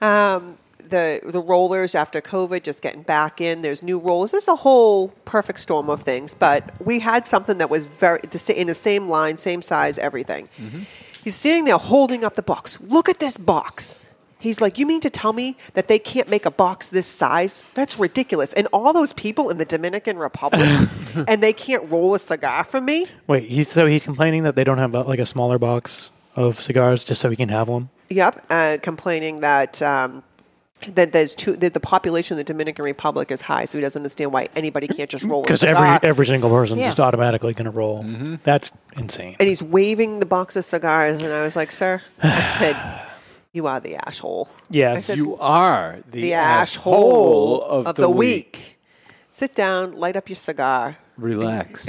S4: um, the the rollers after COVID just getting back in. There's new rollers. There's a whole perfect storm of things. But we had something that was very the sa- in the same line, same size, everything. He's sitting there holding up the box. Look at this box. He's like, You mean to tell me that they can't make a box this size? That's ridiculous. And all those people in the Dominican
S2: [laughs]
S4: Republic and they can't roll a cigar for me?
S2: Wait, he's so he's complaining that they don't have uh, like a smaller box of cigars just so he can have one.
S4: Yep, uh, complaining that um, that there's too that the population of the Dominican Republic is high, so he doesn't understand why anybody can't just roll. a
S2: Because
S4: cigar.
S2: every every single person's
S4: Yeah.
S2: just automatically going to roll.
S3: Mm-hmm.
S2: That's insane.
S4: and he's waving the box of cigars, and I was like, "Sir," I said, "You are the asshole." I
S2: Yes,
S4: said,
S3: are
S4: the, asshole of, the, week. Sit down, light up your cigar,
S3: Relax.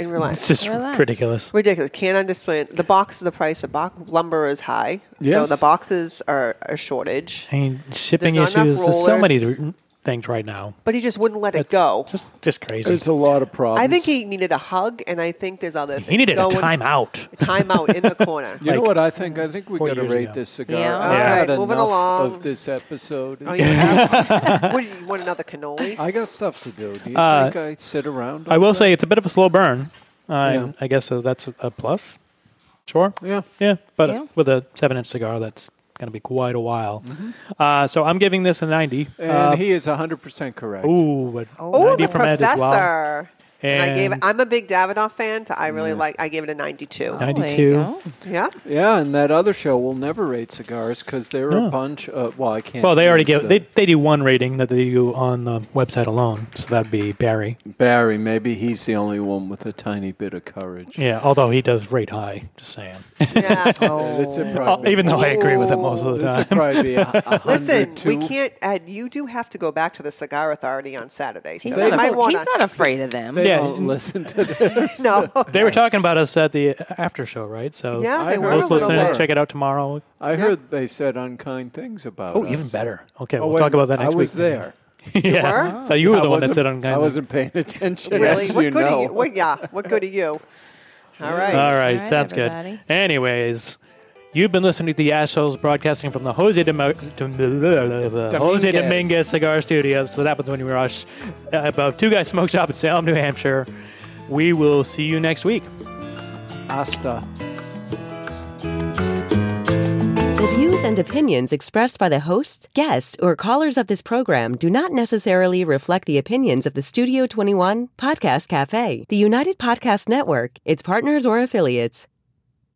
S4: [laughs] and relax.
S2: It's just Relax. ridiculous.
S4: Ridiculous. Can't understand. The box, the price of box, lumber is high, so
S2: Yes.
S4: the boxes are a shortage.
S2: I mean, shipping
S4: There's not enough
S2: issues. There's so
S4: rollers.
S2: many th- things right now.
S4: But he just wouldn't let it
S2: That's
S4: go.
S2: Just just crazy.
S3: There's a lot of problems.
S4: I think he needed a hug, and I think there's other things.
S2: he needed a
S4: going-
S2: timeout.
S4: [laughs] Timeout in the corner.
S3: You know what I think? I think we got to
S2: years
S3: rate
S2: ago.
S3: this [laughs] cigar.
S4: Yeah.
S3: I've
S4: Yeah.
S3: had
S4: Alright, moving
S3: enough
S4: along.
S3: of this episode.
S4: Oh, you
S2: [laughs]
S4: have- what, do you want another cannoli?
S3: I got stuff to do. Do you
S2: Uh,
S3: think I sit around?
S2: I will say it's a bit of a slow burn. Uh,
S3: Yeah.
S2: I guess so that's a, a plus. Sure.
S3: Yeah.
S2: Yeah. But
S3: Yeah.
S2: with a seven-inch cigar, that's going to be quite a while. Uh, so I'm giving this a 90.
S3: Mm-hmm. And
S2: Uh,
S3: he is 100% correct.
S2: Ooh, a
S4: Oh,
S2: 90
S4: the
S2: from Ed as well.
S4: professor. And, I gave. it-
S2: And-
S4: I'm a big Davidoff fan. So I really like. I gave it a 92.
S3: 92.
S4: Yeah.
S3: Yeah, and that other show will never rate cigars because they're a bunch of. Well, I can't.
S2: Well, they already
S3: use
S2: give
S3: the-
S2: they, they do one rating that they do on the website alone, so that'd be Barry.
S3: Barry, maybe he's the only one with a tiny bit of courage.
S2: Yeah, although he does rate high. Just saying. [laughs] Oh,
S3: This would probably be-
S2: Even though I agree with him most of the
S3: This
S2: time.
S3: would probably be a, a
S4: Listen, we
S3: 102.
S4: can't. Ed, you do have to go back to the Cigar Authority on Saturday. So
S5: He's,
S4: they
S5: not,
S4: might
S5: af-
S4: want
S5: he's not afraid of them.
S2: They Yeah. don't
S3: listen
S4: [laughs]
S3: to this.
S4: no.
S2: They were talking about us at the after show, right? So
S4: Yeah, they I were a
S2: most
S4: little
S2: listeners
S3: bit.
S2: check it out tomorrow.
S3: I heard they said unkind things about
S2: Oh,
S3: us.
S2: even better. Okay,
S3: Oh,
S2: we'll
S3: wait
S2: talk
S3: a minute.
S2: about that next
S3: I was
S2: week.
S3: there.
S2: [laughs] yeah.
S4: were?
S2: So you were
S3: I
S2: the one that
S3: wasn't-
S2: said unkind.
S3: I wasn't paying attention.
S4: Really?
S3: as
S4: What
S3: you
S4: good are
S3: know.
S4: you? What, yeah. What good are you? All right.
S2: All right, that's good. Anyways, you've been listening to the Assholes broadcasting from the Jose, Demo- Dominguez. Jose Dominguez Cigar Studio. That's what happens when you rush uh, above Two Guys Smoke Shop in Salem, New Hampshire. We will see you next week.
S3: Hasta.
S13: The views and opinions expressed by the hosts, guests, or callers of this program do not necessarily reflect the opinions of the Studio 21 Podcast Cafe, the United Podcast Network, its partners, or affiliates.